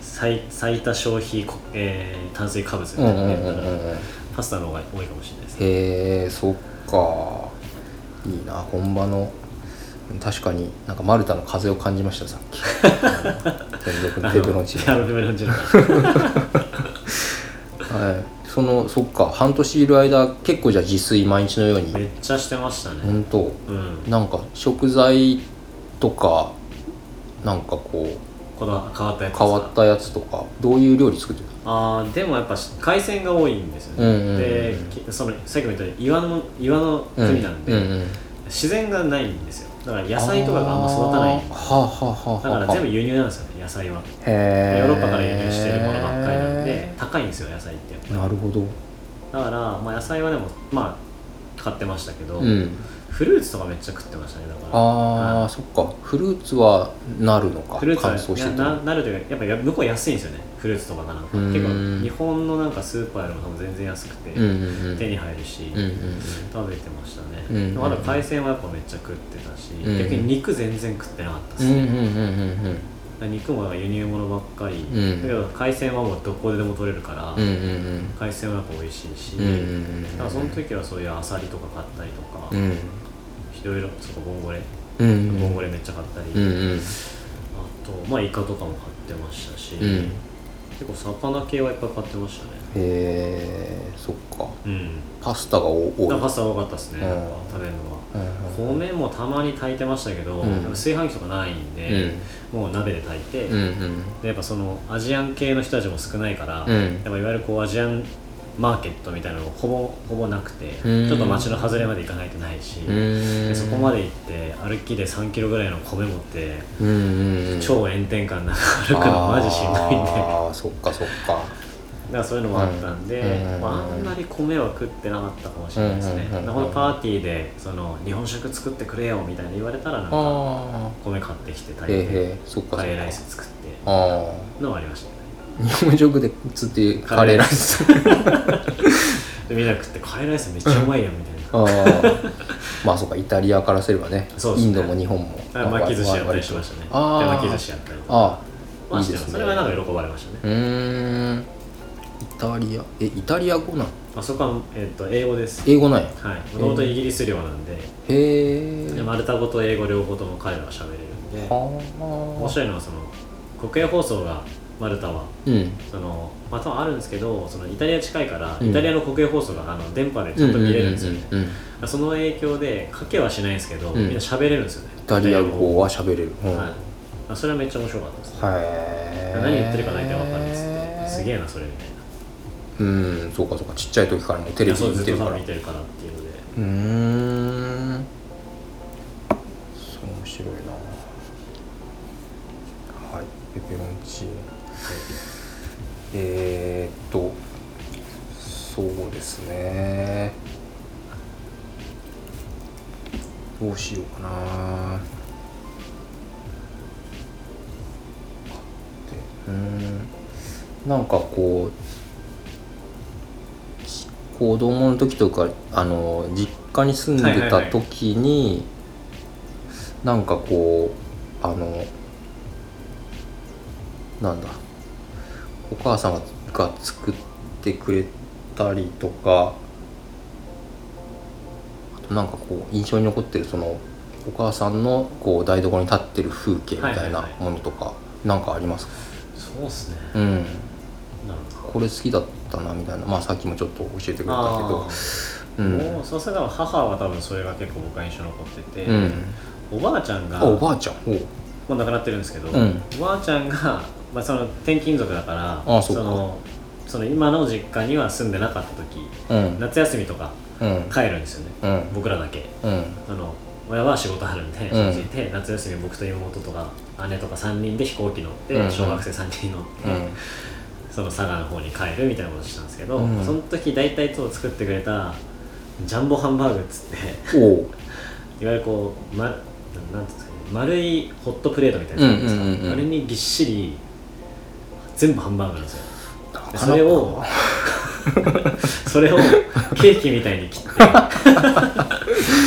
[SPEAKER 3] 最最多消費、こえー炭水化物み
[SPEAKER 2] うん
[SPEAKER 3] た
[SPEAKER 2] う
[SPEAKER 3] いなんの
[SPEAKER 2] う
[SPEAKER 3] や
[SPEAKER 2] んう
[SPEAKER 3] った
[SPEAKER 2] ん
[SPEAKER 3] ら、
[SPEAKER 2] うん
[SPEAKER 3] パスタの方が多いかもしれないですね
[SPEAKER 2] へえそっかいいな本場の確かになんかマルタの風を感じましたさっ き全力のペペロンチー
[SPEAKER 3] あのペペロンチーノ
[SPEAKER 2] ノはいそのそっか半年いる間結構じゃあ自炊毎日のよう
[SPEAKER 3] め
[SPEAKER 2] に
[SPEAKER 3] っちゃしてましたね
[SPEAKER 2] 本当
[SPEAKER 3] うん
[SPEAKER 2] なんか食材とかなんかこう
[SPEAKER 3] この変わったやつ
[SPEAKER 2] 変わったやつとかどういう料理作ってる
[SPEAKER 3] あーでもやっぱ海鮮が多いんですよね、
[SPEAKER 2] うんうんうん
[SPEAKER 3] できそのさっきも言ったように岩の岩の
[SPEAKER 2] の
[SPEAKER 3] 国なんで、
[SPEAKER 2] うんうんうん
[SPEAKER 3] 自然がないんですよだから野菜とかがあんま育たない
[SPEAKER 2] あーはあはあはあ
[SPEAKER 3] だ
[SPEAKER 2] は
[SPEAKER 3] か
[SPEAKER 2] あ
[SPEAKER 3] ら全部輸入なんですよね野菜は
[SPEAKER 2] へー
[SPEAKER 3] ヨーロッパから輸入してるものばっかりなんで高いんですよ野菜ってやっぱり
[SPEAKER 2] なるほど
[SPEAKER 3] だから、まあ、野菜はでもまあ買ってましたけど、
[SPEAKER 2] うん
[SPEAKER 3] フルーツとかめっちゃ食ってましたねだから
[SPEAKER 2] あ
[SPEAKER 3] は
[SPEAKER 2] あそっかフルーツはなるのか
[SPEAKER 3] フルーツ
[SPEAKER 2] 乾燥して
[SPEAKER 3] は
[SPEAKER 2] て
[SPEAKER 3] なななるというかやっぱや向こう安いんですよねフルーツとかがなんか
[SPEAKER 2] うーん
[SPEAKER 3] 結構日本のなんかスーパーよりも多分全然安くて、
[SPEAKER 2] うんうんうん
[SPEAKER 3] 手に入るし、
[SPEAKER 2] うんうん
[SPEAKER 3] 食べてましたね、
[SPEAKER 2] うんうん
[SPEAKER 3] まだ海鮮はやっぱめっちゃ食ってたし、
[SPEAKER 2] うん
[SPEAKER 3] 逆に肉全然食ってなかったで
[SPEAKER 2] う
[SPEAKER 3] す
[SPEAKER 2] んうん
[SPEAKER 3] ね、
[SPEAKER 2] うんうん
[SPEAKER 3] 肉もなんか輸入物ばっかり、
[SPEAKER 2] うん
[SPEAKER 3] だけど海鮮はもうどこででも取れるから、
[SPEAKER 2] うんうんうん
[SPEAKER 3] 海鮮はやっぱ美味しいし、
[SPEAKER 2] うんうんうん
[SPEAKER 3] だからその時はそういうアサリとか買ったりとか、
[SPEAKER 2] うん
[SPEAKER 3] いろいろそこボンゴレ、
[SPEAKER 2] うんうん
[SPEAKER 3] ボンゴレめっちゃ買ったり、
[SPEAKER 2] うん
[SPEAKER 3] あ
[SPEAKER 2] うん
[SPEAKER 3] とまあイカとかも買ってましたし、
[SPEAKER 2] うん
[SPEAKER 3] 結構魚系はいっぱい買ってましたね
[SPEAKER 2] へえそっか
[SPEAKER 3] うん
[SPEAKER 2] パスタが多
[SPEAKER 3] だ
[SPEAKER 2] 多
[SPEAKER 3] か
[SPEAKER 2] い
[SPEAKER 3] らパスタ多かったですね、
[SPEAKER 2] うん
[SPEAKER 3] やっぱ食べるのは、
[SPEAKER 2] うん
[SPEAKER 3] 米もたまに炊いてましたけど、
[SPEAKER 2] うん
[SPEAKER 3] やっぱ炊飯器とかないんで、もう鍋で炊いて、
[SPEAKER 2] うんうん
[SPEAKER 3] でやっぱそのアジアン系の人たちも少ないから、
[SPEAKER 2] うん
[SPEAKER 3] やっぱいわゆるこうアジアンマーケットみたいなのがほぼほぼなくて、
[SPEAKER 2] うん
[SPEAKER 3] ちょっと街の外れまで行かないとないし、
[SPEAKER 2] うん
[SPEAKER 3] でそこまで行って歩きで3キロぐらいの米持って、
[SPEAKER 2] うんうんうん
[SPEAKER 3] 超炎天下の中歩くのマジしんどいんでだ か
[SPEAKER 2] ああそっかそっから
[SPEAKER 3] そういうのもあったんで、
[SPEAKER 2] うん
[SPEAKER 3] まあ、あんまり米は食ってなかったかもしれないですね、
[SPEAKER 2] うんうんうんうん
[SPEAKER 3] でこのパーティーでその日本食作ってくれよみたいな言われたらなんか
[SPEAKER 2] あ
[SPEAKER 3] 米買ってきて
[SPEAKER 2] あ
[SPEAKER 3] 炊
[SPEAKER 2] へ
[SPEAKER 3] い
[SPEAKER 2] え
[SPEAKER 3] て
[SPEAKER 2] へえそっかそっか
[SPEAKER 3] カレーライス作って
[SPEAKER 2] あ
[SPEAKER 3] のはありましたね
[SPEAKER 2] あ日本食でつってカレーライス
[SPEAKER 3] でみんな食ってカレーライスめっちゃうまいやんみたい な、
[SPEAKER 2] あーまあそうかイタリアからすればね
[SPEAKER 3] そうです
[SPEAKER 2] イ
[SPEAKER 3] ね
[SPEAKER 2] ンドも日本も
[SPEAKER 3] あ巻き寿司やったりしましたねで
[SPEAKER 2] あー
[SPEAKER 3] 巻き寿司やったりとか
[SPEAKER 2] ああ
[SPEAKER 3] ま
[SPEAKER 2] い
[SPEAKER 3] あ
[SPEAKER 2] いです
[SPEAKER 3] そ
[SPEAKER 2] ね
[SPEAKER 3] れはなんか喜ばれましたね、
[SPEAKER 2] うーんイタリアえイタリア語なん
[SPEAKER 3] あそこは、えっと英語です
[SPEAKER 2] 英語なんや
[SPEAKER 3] はいもともとイギリス領なんで、
[SPEAKER 2] へ
[SPEAKER 3] で
[SPEAKER 2] え
[SPEAKER 3] マルタ語と英語両方とも彼らは喋れるん
[SPEAKER 2] あ
[SPEAKER 3] で面
[SPEAKER 2] あ
[SPEAKER 3] 白いのはその国営放送がマルタは
[SPEAKER 2] うん
[SPEAKER 3] そのまあ多分あるんですけどそのイタリア近いから、
[SPEAKER 2] うん
[SPEAKER 3] イタリアの国営放送があの電波でちょっと見れるんですよね、
[SPEAKER 2] うんうんうんうん
[SPEAKER 3] その影響でかけはしないんですけど、
[SPEAKER 2] ん
[SPEAKER 3] みんな喋れるんですよね
[SPEAKER 2] イタリア語は喋れるうん
[SPEAKER 3] はいあそれはめっちゃ面白かったです
[SPEAKER 2] へえ
[SPEAKER 3] 何言ってるか大体わかるんですってすげえなそれみたいな
[SPEAKER 2] うんそうかそうかちっちゃい時からもうテレビ
[SPEAKER 3] そうず
[SPEAKER 2] 見
[SPEAKER 3] って
[SPEAKER 2] る
[SPEAKER 3] と
[SPEAKER 2] か
[SPEAKER 3] 多分
[SPEAKER 2] ら
[SPEAKER 3] 見てるからっていうので
[SPEAKER 2] うーんそう面白いなはいペペロンチーノえー、っとそうですねどうしようかなうーんなんかこう子供の時とかあの実家に住んでた時に、なんかこうあのなんだお母さんが作ってくれたりとかあとなんかこう印象に残ってるそのお母さんのこう台所に立ってる風景みたいな
[SPEAKER 3] はいはいはい
[SPEAKER 2] ものとか、なんかありますか
[SPEAKER 3] そうっすね
[SPEAKER 2] うん
[SPEAKER 3] なるほ
[SPEAKER 2] これ好きだったなみたいなまあさっきもちょっと教えてくれたけ
[SPEAKER 3] ど
[SPEAKER 2] ど
[SPEAKER 3] あ
[SPEAKER 2] う
[SPEAKER 3] ー
[SPEAKER 2] ん
[SPEAKER 3] もうそうすれば母は多分それが結構僕は印象に残ってて、
[SPEAKER 2] うん
[SPEAKER 3] おばあちゃんが
[SPEAKER 2] あおばあちゃんおう
[SPEAKER 3] もう亡くなってるんですけど、
[SPEAKER 2] うん
[SPEAKER 3] おばあちゃんが、まあ、その転勤族だから
[SPEAKER 2] あそうか
[SPEAKER 3] のその今の実家には住んでなかった時
[SPEAKER 2] うん
[SPEAKER 3] 夏休みとか
[SPEAKER 2] うん
[SPEAKER 3] 帰るんですよね、
[SPEAKER 2] うん
[SPEAKER 3] 僕らだけ
[SPEAKER 2] うん
[SPEAKER 3] あの親は仕事あるんで、
[SPEAKER 2] うん
[SPEAKER 3] そっち行って夏休み僕と妹とか姉とか3人で飛行機乗って、
[SPEAKER 2] うん
[SPEAKER 3] 小学生3人乗って、
[SPEAKER 2] うん
[SPEAKER 3] その佐賀の方に帰るみたいなことしたんですけど、
[SPEAKER 2] うん
[SPEAKER 3] その時大体いつも作ってくれたジャンボハンバーグっつって
[SPEAKER 2] おう
[SPEAKER 3] いわゆるこう、ま、なんていうんですかね丸いホットプレートみたいなやつじ
[SPEAKER 2] う
[SPEAKER 3] ゃないです
[SPEAKER 2] んうんうんうん
[SPEAKER 3] かあれにぎっしり全部ハンバーグなんですよで
[SPEAKER 2] な
[SPEAKER 3] それを それをケーキみたいに切って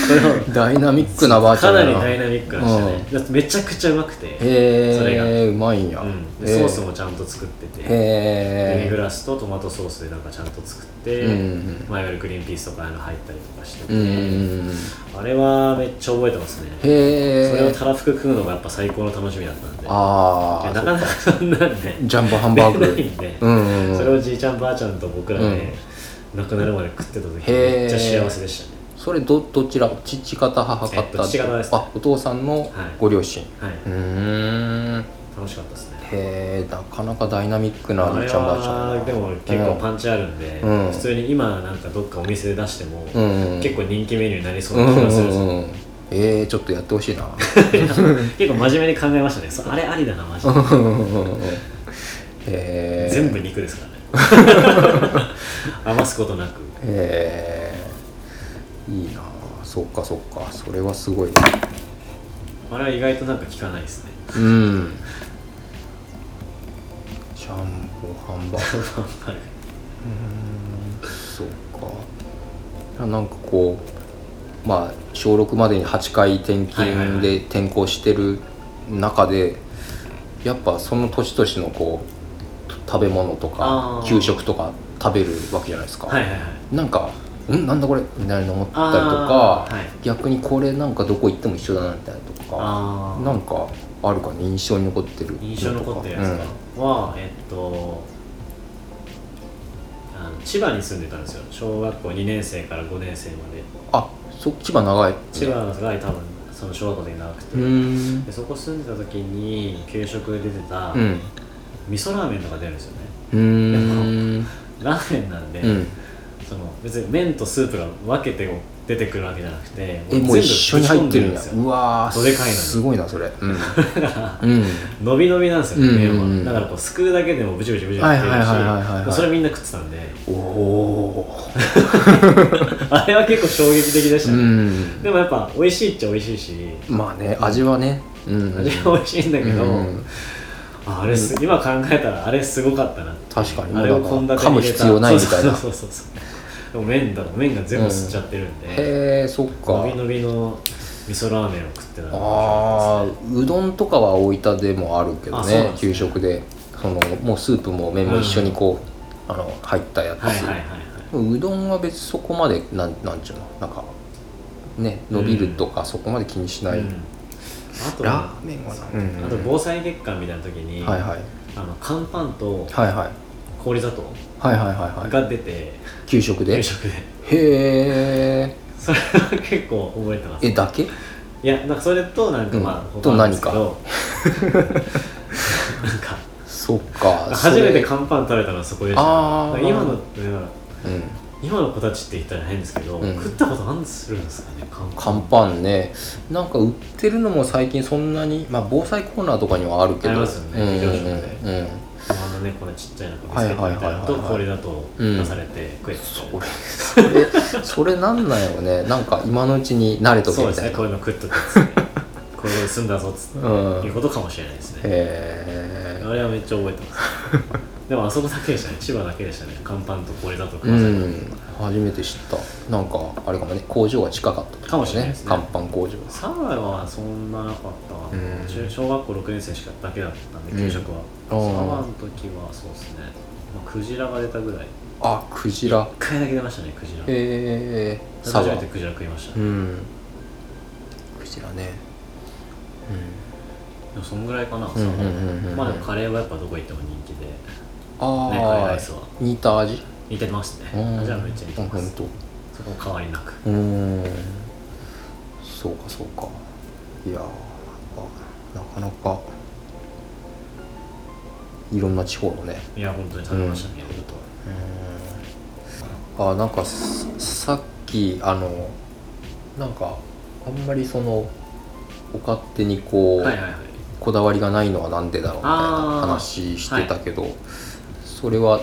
[SPEAKER 3] それを
[SPEAKER 2] ダイナミックなばあちゃ
[SPEAKER 3] か
[SPEAKER 2] ん
[SPEAKER 3] な
[SPEAKER 2] だ
[SPEAKER 3] り
[SPEAKER 2] な
[SPEAKER 3] ダイナミックなしたね
[SPEAKER 2] う、
[SPEAKER 3] だってめちゃくちゃうまくて、それが
[SPEAKER 2] へえうまいんや、
[SPEAKER 3] うん
[SPEAKER 2] え
[SPEAKER 3] でソースもちゃんと作ってて、デミグ
[SPEAKER 2] へ
[SPEAKER 3] ラスとトマトソースでなんかちゃんと作って、
[SPEAKER 2] えうん
[SPEAKER 3] まあ、いわゆるグリーンピースとかあの入ったりとかしてて、
[SPEAKER 2] うんうん
[SPEAKER 3] あれはめっちゃ覚えてますね、
[SPEAKER 2] へえ
[SPEAKER 3] それをたらふく食うのがやっぱ最高の楽しみだったんで
[SPEAKER 2] あ
[SPEAKER 3] で
[SPEAKER 2] あ
[SPEAKER 3] なかなかそんなんで
[SPEAKER 2] ジャンボハンバーグ
[SPEAKER 3] 出 ないんで
[SPEAKER 2] うんうん
[SPEAKER 3] それをじいちゃんばあちゃんと僕らで、亡くなるまで食ってた時
[SPEAKER 2] へー
[SPEAKER 3] めっちゃ幸せでしたね
[SPEAKER 2] それどどちら父方母方
[SPEAKER 3] えっと父方です
[SPEAKER 2] あお父さんのご両親、
[SPEAKER 3] はいう
[SPEAKER 2] ーんへ
[SPEAKER 3] 楽しかったですね
[SPEAKER 2] えなかなかダイナミックな
[SPEAKER 3] あ
[SPEAKER 2] じ
[SPEAKER 3] れ
[SPEAKER 2] いちゃんばあちゃん
[SPEAKER 3] はでも結構パンチあるんで、
[SPEAKER 2] うん
[SPEAKER 3] 普通に今なんかどっかお店で出しても、
[SPEAKER 2] うん
[SPEAKER 3] 結構人気メニューになりそう
[SPEAKER 2] う
[SPEAKER 3] なん気
[SPEAKER 2] う
[SPEAKER 3] がするん
[SPEAKER 2] ん
[SPEAKER 3] ですよ、
[SPEAKER 2] うんえー、ちょっとやってほしいな
[SPEAKER 3] 結構真面目に考えましたねそうあれありだなマジで
[SPEAKER 2] うんうんうんうんえー、
[SPEAKER 3] 全部肉ですから ね余すことなく
[SPEAKER 2] えー、いいなあそっかそっかそれはすごい
[SPEAKER 3] あれは意外となんか効かないですね
[SPEAKER 2] うんジャンボハンバーグ
[SPEAKER 3] はい
[SPEAKER 2] そうかなんかこうまあ小6までに8回転
[SPEAKER 3] はいはいは
[SPEAKER 2] 勤
[SPEAKER 3] い
[SPEAKER 2] で転校してる中で、やっぱその年々のこうと食べ物と
[SPEAKER 3] あ
[SPEAKER 2] か
[SPEAKER 3] ー
[SPEAKER 2] 給食とか食べるわけじゃないですか、
[SPEAKER 3] はいはいはい
[SPEAKER 2] なんか「んなんだこれ」みたいなの思ったりとか
[SPEAKER 3] あ、ーはい
[SPEAKER 2] 逆にこれなんかどこ行っても一緒だなみたいなとか
[SPEAKER 3] あ
[SPEAKER 2] なんかあるかね印象に残ってる
[SPEAKER 3] ー印象に残ってるやつ
[SPEAKER 2] うん
[SPEAKER 3] かは、えっとあの千葉に住んでたんですよ小学校2年生から5年生まで
[SPEAKER 2] あそっちは長い
[SPEAKER 3] 千葉が多分その小学校で長くて、
[SPEAKER 2] うーん
[SPEAKER 3] でそこ住んでた時に給食で出てた
[SPEAKER 2] うん
[SPEAKER 3] 味噌ラーメンとか出るんですよね、
[SPEAKER 2] うーん
[SPEAKER 3] ラーメンなんで、
[SPEAKER 2] うん
[SPEAKER 3] その別に麺とスープが分けて出てくるわけじゃなくて
[SPEAKER 2] えもう一緒に入ってるんやうわー
[SPEAKER 3] どでかいのに
[SPEAKER 2] すごいなそれ うんうん
[SPEAKER 3] 伸び伸びなんですよね、
[SPEAKER 2] うんうんうん
[SPEAKER 3] 麺はだからこうすくうだけでもブチブチブチブチってるし
[SPEAKER 2] はいはいはいはいはいはい
[SPEAKER 3] もうそれみんな食ってたんで
[SPEAKER 2] おお
[SPEAKER 3] あれは結構衝撃的で
[SPEAKER 2] ー
[SPEAKER 3] した
[SPEAKER 2] う
[SPEAKER 3] ね、
[SPEAKER 2] ん
[SPEAKER 3] でもやっぱ美味しいっちゃ美味しいし
[SPEAKER 2] まあね味はねうん
[SPEAKER 3] 味は美味しいんだけど、
[SPEAKER 2] うん
[SPEAKER 3] ああれす今考えたらあれすごかったな
[SPEAKER 2] 確かに
[SPEAKER 3] あれをこんだけ
[SPEAKER 2] 噛む
[SPEAKER 3] 入れた
[SPEAKER 2] 必要ないみたいな
[SPEAKER 3] そうそうそうそうでも麺だ麺が全部吸っちゃってるんで、
[SPEAKER 2] へえそっか
[SPEAKER 3] 伸び伸びの味噌ラーメンを食ってた
[SPEAKER 2] ああうどんとかは大分でもあるけど
[SPEAKER 3] あそうなん
[SPEAKER 2] ね
[SPEAKER 3] ですね
[SPEAKER 2] 給食でそのもうスープも麺も一緒にこう、あの入ったやつ、
[SPEAKER 3] はいはいはいはいう
[SPEAKER 2] どんは別にそこまでなんなんちゅうのなんかね伸びるとかそこまで気にしない、
[SPEAKER 3] うん、あと
[SPEAKER 2] ラーメンはな、うん
[SPEAKER 3] あと防災月間みたいな時に、
[SPEAKER 2] はいはい
[SPEAKER 3] あの乾パンと
[SPEAKER 2] はいはい
[SPEAKER 3] 氷砂糖
[SPEAKER 2] はいはいはいはい
[SPEAKER 3] が出て
[SPEAKER 2] 給食で
[SPEAKER 3] 給
[SPEAKER 2] へ
[SPEAKER 3] 食で
[SPEAKER 2] え
[SPEAKER 3] それは結構覚えてます
[SPEAKER 2] えだけ
[SPEAKER 3] いやなんかそれとなんか
[SPEAKER 2] うん
[SPEAKER 3] まあ、
[SPEAKER 2] と
[SPEAKER 3] 他なんですけど なんか
[SPEAKER 2] そっか
[SPEAKER 3] 初めて
[SPEAKER 2] か
[SPEAKER 3] 乾パン食べたのはそこでしたね
[SPEAKER 2] あー
[SPEAKER 3] だから今のだから
[SPEAKER 2] うん
[SPEAKER 3] 今の子たちって言ったら変ですけど、
[SPEAKER 2] うん
[SPEAKER 3] 食ったことあんするんですかね乾パン
[SPEAKER 2] 乾パンねなんか売ってるのも最近そんなに、まあ、防災コーナーとかにはあるけど
[SPEAKER 3] ありますよね
[SPEAKER 2] うんうん
[SPEAKER 3] 非常食
[SPEAKER 2] うんうん
[SPEAKER 3] あのねこのちっちゃいのビスケットみたいなの
[SPEAKER 2] はい
[SPEAKER 3] と
[SPEAKER 2] はいはいはいはい
[SPEAKER 3] 氷だと出されて食えてた
[SPEAKER 2] それそれそれなんなんやろねなんか今のうちに慣れとけ
[SPEAKER 3] そう
[SPEAKER 2] み
[SPEAKER 3] です
[SPEAKER 2] た
[SPEAKER 3] ね
[SPEAKER 2] いな
[SPEAKER 3] こういうの食っとくっつってこういうの済んだぞっつって、
[SPEAKER 2] うん
[SPEAKER 3] いうことかもしれないですね
[SPEAKER 2] へ
[SPEAKER 3] あれはめっちゃ覚えて ますでもあそこだけでしたね千葉だけでしたね乾パンとこれだとか、
[SPEAKER 2] えうん初めて知ったなんかあれかもね工場が近かったと
[SPEAKER 3] かもしれないですね
[SPEAKER 2] 乾パン工場
[SPEAKER 3] サワはそんななかったかな、
[SPEAKER 2] うん
[SPEAKER 3] 中小学校6年生しかだけだったんで
[SPEAKER 2] うん
[SPEAKER 3] 給食は、
[SPEAKER 2] あ
[SPEAKER 3] サ
[SPEAKER 2] ー
[SPEAKER 3] ワの時はそうですね、まあ、クジラが出たぐらい
[SPEAKER 2] あクジラ
[SPEAKER 3] 1回だけ出ましたねクジラ
[SPEAKER 2] へえサ
[SPEAKER 3] 初
[SPEAKER 2] バ
[SPEAKER 3] めてクジラ食いました、
[SPEAKER 2] う
[SPEAKER 3] で
[SPEAKER 2] んクジラね
[SPEAKER 3] もそんぐらいかな、
[SPEAKER 2] うんうんうんうん
[SPEAKER 3] まあでもカレーはやっぱどこ行っても人気で
[SPEAKER 2] あ
[SPEAKER 3] ねカレーライスは
[SPEAKER 2] 似た味
[SPEAKER 3] 似てますね
[SPEAKER 2] うん
[SPEAKER 3] じゃあめっちゃ似てま
[SPEAKER 2] うんほん
[SPEAKER 3] す
[SPEAKER 2] と
[SPEAKER 3] そこ変わりなく
[SPEAKER 2] うーんそうかそうかいやーなんかなかなかいろんな地方のね
[SPEAKER 3] いや本当に食べましたね、本当
[SPEAKER 2] あなんかささっきあのなんかあんまりそのお勝手にこう、
[SPEAKER 3] はいはいはい
[SPEAKER 2] こだわりがないのはなんでだろうみたいな
[SPEAKER 3] あー
[SPEAKER 2] 話してたけど、それは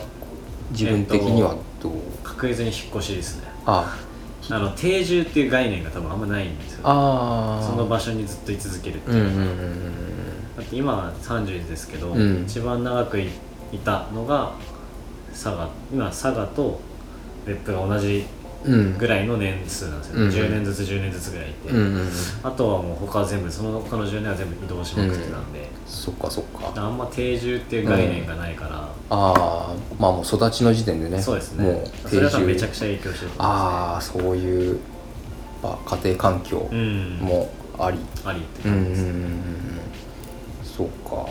[SPEAKER 2] 自分的にはどう、
[SPEAKER 3] 確実に引っ越しですね
[SPEAKER 2] あ
[SPEAKER 3] あの定住っていう概念が多分あんまないんですよ
[SPEAKER 2] あー
[SPEAKER 3] その場所にずっと居続けるって
[SPEAKER 2] うん
[SPEAKER 3] いうう、
[SPEAKER 2] んうん
[SPEAKER 3] だって今は30ですけど、
[SPEAKER 2] うん
[SPEAKER 3] 一番長くいいたのが佐賀今佐賀と別府が同じ
[SPEAKER 2] うんうん
[SPEAKER 3] ぐらいの年数なんですよ、ね
[SPEAKER 2] うん
[SPEAKER 3] 10年ずつ10年ずつぐらいいて、
[SPEAKER 2] うんうんうん
[SPEAKER 3] あとはもう他は全部その他の10年は全部移動しまくってたんで、
[SPEAKER 2] そっかそっか
[SPEAKER 3] あんま定住っていう概念がないから、
[SPEAKER 2] ああまあもう育ちの時点でね
[SPEAKER 3] そうですね
[SPEAKER 2] もう
[SPEAKER 3] それ
[SPEAKER 2] 定
[SPEAKER 3] は多分めち
[SPEAKER 2] 住
[SPEAKER 3] ゃくちゃ影響してると思いま
[SPEAKER 2] ああそういう、まあ、家庭環境
[SPEAKER 3] すねうん
[SPEAKER 2] もあり
[SPEAKER 3] ありって
[SPEAKER 2] うん
[SPEAKER 3] 感
[SPEAKER 2] うんうん
[SPEAKER 3] じです
[SPEAKER 2] う
[SPEAKER 3] ね、
[SPEAKER 2] んうんそうか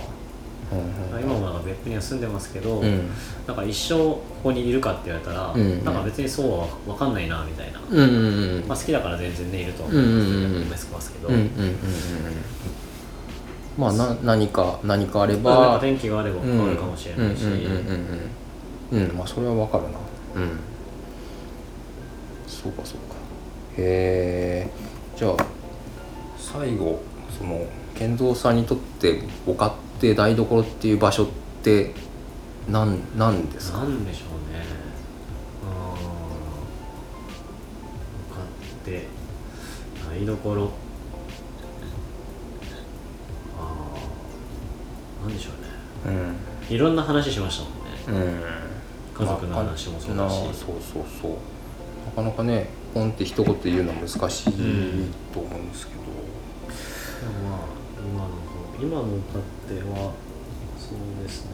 [SPEAKER 2] うんうん
[SPEAKER 3] 今もなんか別府には住んでますけど、
[SPEAKER 2] うん
[SPEAKER 3] なんか一生ここにいるかって言われたら、
[SPEAKER 2] うん
[SPEAKER 3] なんか別にそうは分かんないなみたいな、
[SPEAKER 2] うんうんうん
[SPEAKER 3] まあ、好きだから全然ねいるとは
[SPEAKER 2] うんうんうん
[SPEAKER 3] 思いますけど、
[SPEAKER 2] うんうんうんうんうんまあな何か何かあれ
[SPEAKER 3] まあ、なん
[SPEAKER 2] ば
[SPEAKER 3] か天気があれば変わるかもしれないし、
[SPEAKER 2] うんうんうんうんうんうんまあそれはわかるなうんそうかそうかへえじゃあ最後その健三さんにとってお勝手台所っていう場所ってなんなんですか
[SPEAKER 3] なんでしょうねうん向かって台所ああなんでしょうね
[SPEAKER 2] うん
[SPEAKER 3] いろんな話しましたもんね
[SPEAKER 2] うん
[SPEAKER 3] 家族の話もそう
[SPEAKER 2] まあ
[SPEAKER 3] だし、
[SPEAKER 2] なそうそうそうなかなかねポンって一言言うのは難しいと思うんですけど、
[SPEAKER 3] でもまあ今の今の歌ってはそうですね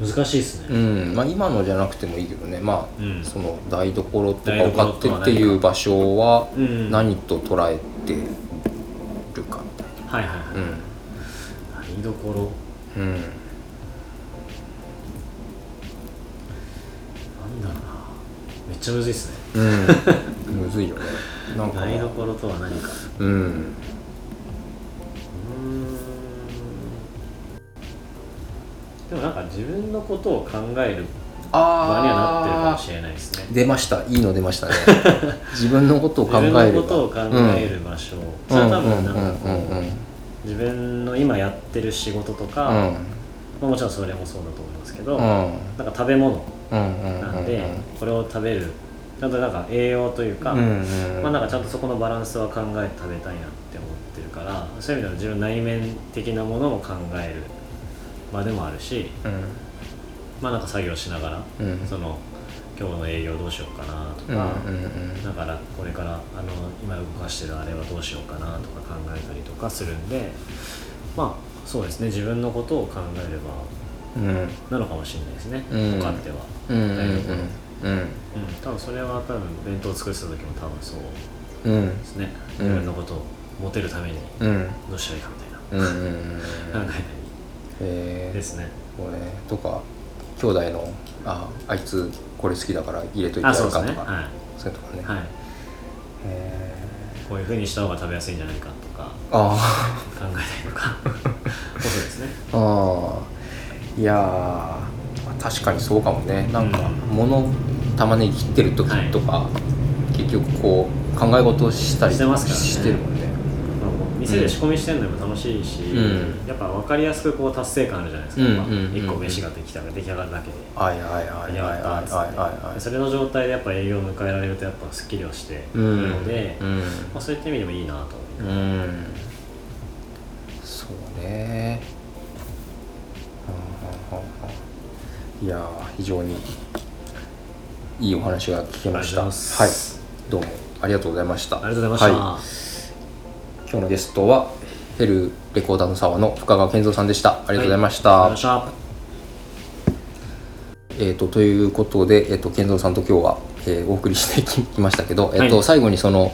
[SPEAKER 3] 難しいです
[SPEAKER 2] う
[SPEAKER 3] ね、
[SPEAKER 2] んまあ、今のじゃなくてもいいけどね、まあ
[SPEAKER 3] うん
[SPEAKER 2] その台所とか
[SPEAKER 3] 台
[SPEAKER 2] お
[SPEAKER 3] 所
[SPEAKER 2] 勝
[SPEAKER 3] と
[SPEAKER 2] 手
[SPEAKER 3] は
[SPEAKER 2] っていう場所は
[SPEAKER 3] うん
[SPEAKER 2] 何と捉えてるかみたい
[SPEAKER 3] はいはいはい、
[SPEAKER 2] な
[SPEAKER 3] 台所
[SPEAKER 2] うん、うん、
[SPEAKER 3] なんだろうなめっちゃむずいっすね
[SPEAKER 2] うん、むずいよねなんか
[SPEAKER 3] 台所とは何か
[SPEAKER 2] うん
[SPEAKER 3] うーんでもなんか自分のことを考える場にはなってるかも
[SPEAKER 2] あ
[SPEAKER 3] しれないですね
[SPEAKER 2] ー出ましたいいの出ま したね自分のことを考
[SPEAKER 3] 自
[SPEAKER 2] える場
[SPEAKER 3] 分のことを考える場所、それは多分なんかこう、
[SPEAKER 2] うんうんうんうん
[SPEAKER 3] 自分の今やってる仕事とか、
[SPEAKER 2] うん
[SPEAKER 3] まあ、もちろんそれもそうだと思いますけ
[SPEAKER 2] うんう
[SPEAKER 3] ど、
[SPEAKER 2] ん
[SPEAKER 3] なんか食べ物
[SPEAKER 2] うんうん
[SPEAKER 3] なんで、これを食べるちゃんとなんか栄養というか、
[SPEAKER 2] うんうん
[SPEAKER 3] まあ、なんかちゃんとそこのバランスは考えて食べたいなって思ってるからそういう意味では自分の内面的なものも考える場でもあるし、
[SPEAKER 2] う
[SPEAKER 3] まあ、なんか作業しながら、
[SPEAKER 2] んうん
[SPEAKER 3] その今日の営業どうしようかなと
[SPEAKER 2] うん
[SPEAKER 3] か、
[SPEAKER 2] うん
[SPEAKER 3] だからこれからあの今動かしてるあれはどうしようかなとか考えたりとかするんでまあそうですね自分のことを考えれ
[SPEAKER 2] うんうん
[SPEAKER 3] ばなのかもしれないですね、
[SPEAKER 2] うん
[SPEAKER 3] お勝手は、
[SPEAKER 2] うんうん
[SPEAKER 3] 台所
[SPEAKER 2] うん
[SPEAKER 3] うん、多分それは多分弁当を作ってた時も多分そう
[SPEAKER 2] うんうん
[SPEAKER 3] ですね
[SPEAKER 2] う
[SPEAKER 3] 自
[SPEAKER 2] ん
[SPEAKER 3] 分のことをモテるために
[SPEAKER 2] うん
[SPEAKER 3] どうしたらいいかみたい
[SPEAKER 2] うん
[SPEAKER 3] な
[SPEAKER 2] うん
[SPEAKER 3] 考えた
[SPEAKER 2] えー
[SPEAKER 3] りですね
[SPEAKER 2] これとか兄弟のああいつこれ好きだから入れといてや
[SPEAKER 3] あ
[SPEAKER 2] る
[SPEAKER 3] そう
[SPEAKER 2] か
[SPEAKER 3] で
[SPEAKER 2] と
[SPEAKER 3] す
[SPEAKER 2] か
[SPEAKER 3] ねは
[SPEAKER 2] そういうとかね
[SPEAKER 3] い、はい、
[SPEAKER 2] え
[SPEAKER 3] こういうふうにした方が食べやすいんじゃないかとか
[SPEAKER 2] ーあー
[SPEAKER 3] 考えたりとかそうですね
[SPEAKER 2] あーいやーまあ確かにそうかもねなんか物玉ねぎ切ってる時とか、結局こう考え事をしたり
[SPEAKER 3] してますからね
[SPEAKER 2] してるもんね
[SPEAKER 3] まあもう店で仕込みしてるのも楽しいし、
[SPEAKER 2] うん
[SPEAKER 3] やっぱ分かりやすくこう達成感あるじゃないですか、
[SPEAKER 2] うん
[SPEAKER 3] まあ
[SPEAKER 2] うんうんうん
[SPEAKER 3] 1個飯ができたら出来上がるだけで。
[SPEAKER 2] はいはいはいはい
[SPEAKER 3] や
[SPEAKER 2] はい
[SPEAKER 3] ったーっつって
[SPEAKER 2] はいはい
[SPEAKER 3] それの状態でやっぱ営業を迎えられるとやっぱすっきりはしている
[SPEAKER 2] うん
[SPEAKER 3] ので、
[SPEAKER 2] うん
[SPEAKER 3] まあ、そういった意味でもいいなと思います
[SPEAKER 2] うんそうねうんうんうんうんいやー非常にいいお話が聞けました
[SPEAKER 3] ありがとうございます
[SPEAKER 2] はいどうもありがとうございました
[SPEAKER 3] ありがとうござい
[SPEAKER 2] は
[SPEAKER 3] ま
[SPEAKER 2] い
[SPEAKER 3] し
[SPEAKER 2] 今日のゲストはヘルレコーダーの沢の深川健三さんでしたありが
[SPEAKER 3] た、
[SPEAKER 2] とうございました、
[SPEAKER 3] ありがとうございました
[SPEAKER 2] えー、とという ことで、えー、と健三さんと今日は、えーお送りしてきましたけど、えーと
[SPEAKER 3] はい
[SPEAKER 2] 最後にその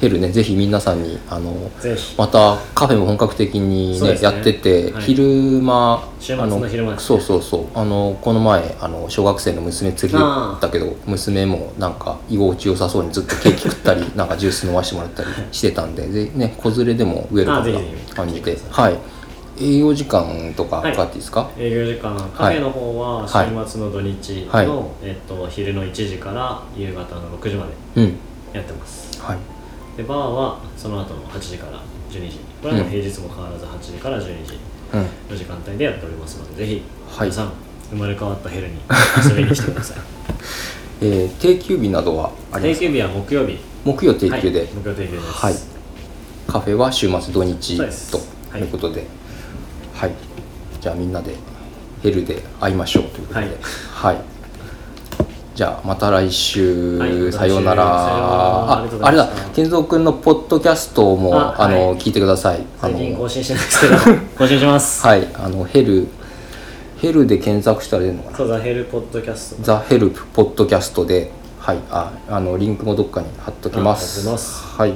[SPEAKER 2] ペルねぜひ皆さんにあの
[SPEAKER 3] ぜひ
[SPEAKER 2] またカフェも本格的に
[SPEAKER 3] そう
[SPEAKER 2] ね
[SPEAKER 3] です
[SPEAKER 2] や
[SPEAKER 3] ね
[SPEAKER 2] ってて、
[SPEAKER 3] はい
[SPEAKER 2] 昼間
[SPEAKER 3] 週末の
[SPEAKER 2] あ
[SPEAKER 3] 昼間です
[SPEAKER 2] そうそうそうあのこの前あの小学生の娘連れてったけど娘もなんか居心地良さそうにずっとケーキ食った りなんかジュース飲ましてもらったりしてたんでぜひね子連れでもウェルカ
[SPEAKER 3] あぜ
[SPEAKER 2] ム
[SPEAKER 3] ひ
[SPEAKER 2] な
[SPEAKER 3] ぜひ
[SPEAKER 2] 感じではい営業時間とか
[SPEAKER 3] はい
[SPEAKER 2] かっていいですか、
[SPEAKER 3] 営業時間カフェの方は週末の土日の、
[SPEAKER 2] はい
[SPEAKER 3] えっと、昼の1時から夕方の6時まで
[SPEAKER 2] うん
[SPEAKER 3] やってます
[SPEAKER 2] はい
[SPEAKER 3] でバーはその後の8時から12時これはもう平日も変わらず8時から12時
[SPEAKER 2] うん
[SPEAKER 3] の時間帯でやっておりますのでぜひ
[SPEAKER 2] はい
[SPEAKER 3] 皆さん、生まれ変わったヘルに遊びに来てく ださい
[SPEAKER 2] えー定休日などはありま
[SPEAKER 3] 定
[SPEAKER 2] すか
[SPEAKER 3] 休日は木曜日
[SPEAKER 2] 木曜定休で、
[SPEAKER 3] はい、木曜定休です、
[SPEAKER 2] はい、カフェは週末土日
[SPEAKER 3] そうです
[SPEAKER 2] ということで、はい、じゃあみんなでヘルで会いましょうということで、はい、じゃあまた来週、
[SPEAKER 3] はい
[SPEAKER 2] さようなら。
[SPEAKER 3] また来週さようならあ
[SPEAKER 2] あ
[SPEAKER 3] りがとう、ご
[SPEAKER 2] あ
[SPEAKER 3] ざ
[SPEAKER 2] れ
[SPEAKER 3] いまし
[SPEAKER 2] だ
[SPEAKER 3] た、
[SPEAKER 2] 健三くんのポッドキャストもあ
[SPEAKER 3] あ
[SPEAKER 2] の、
[SPEAKER 3] はい
[SPEAKER 2] 聞いてください。あ
[SPEAKER 3] 最
[SPEAKER 2] の
[SPEAKER 3] 近更新してないですけど 更新します、
[SPEAKER 2] はい、あのヘルヘルで検索したら出るのかな。
[SPEAKER 3] そうザヘルポッドキャスト
[SPEAKER 2] ザ・ヘルプポッドキャストで、はい、ああのリンクもどっかに貼っときます。
[SPEAKER 3] あ貼っときます
[SPEAKER 2] はい、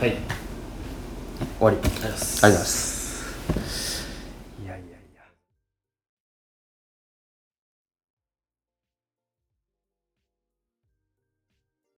[SPEAKER 2] 終
[SPEAKER 3] はいありがとう
[SPEAKER 2] わり。ありがとう
[SPEAKER 3] ござい
[SPEAKER 2] ござい
[SPEAKER 3] ま
[SPEAKER 2] ます。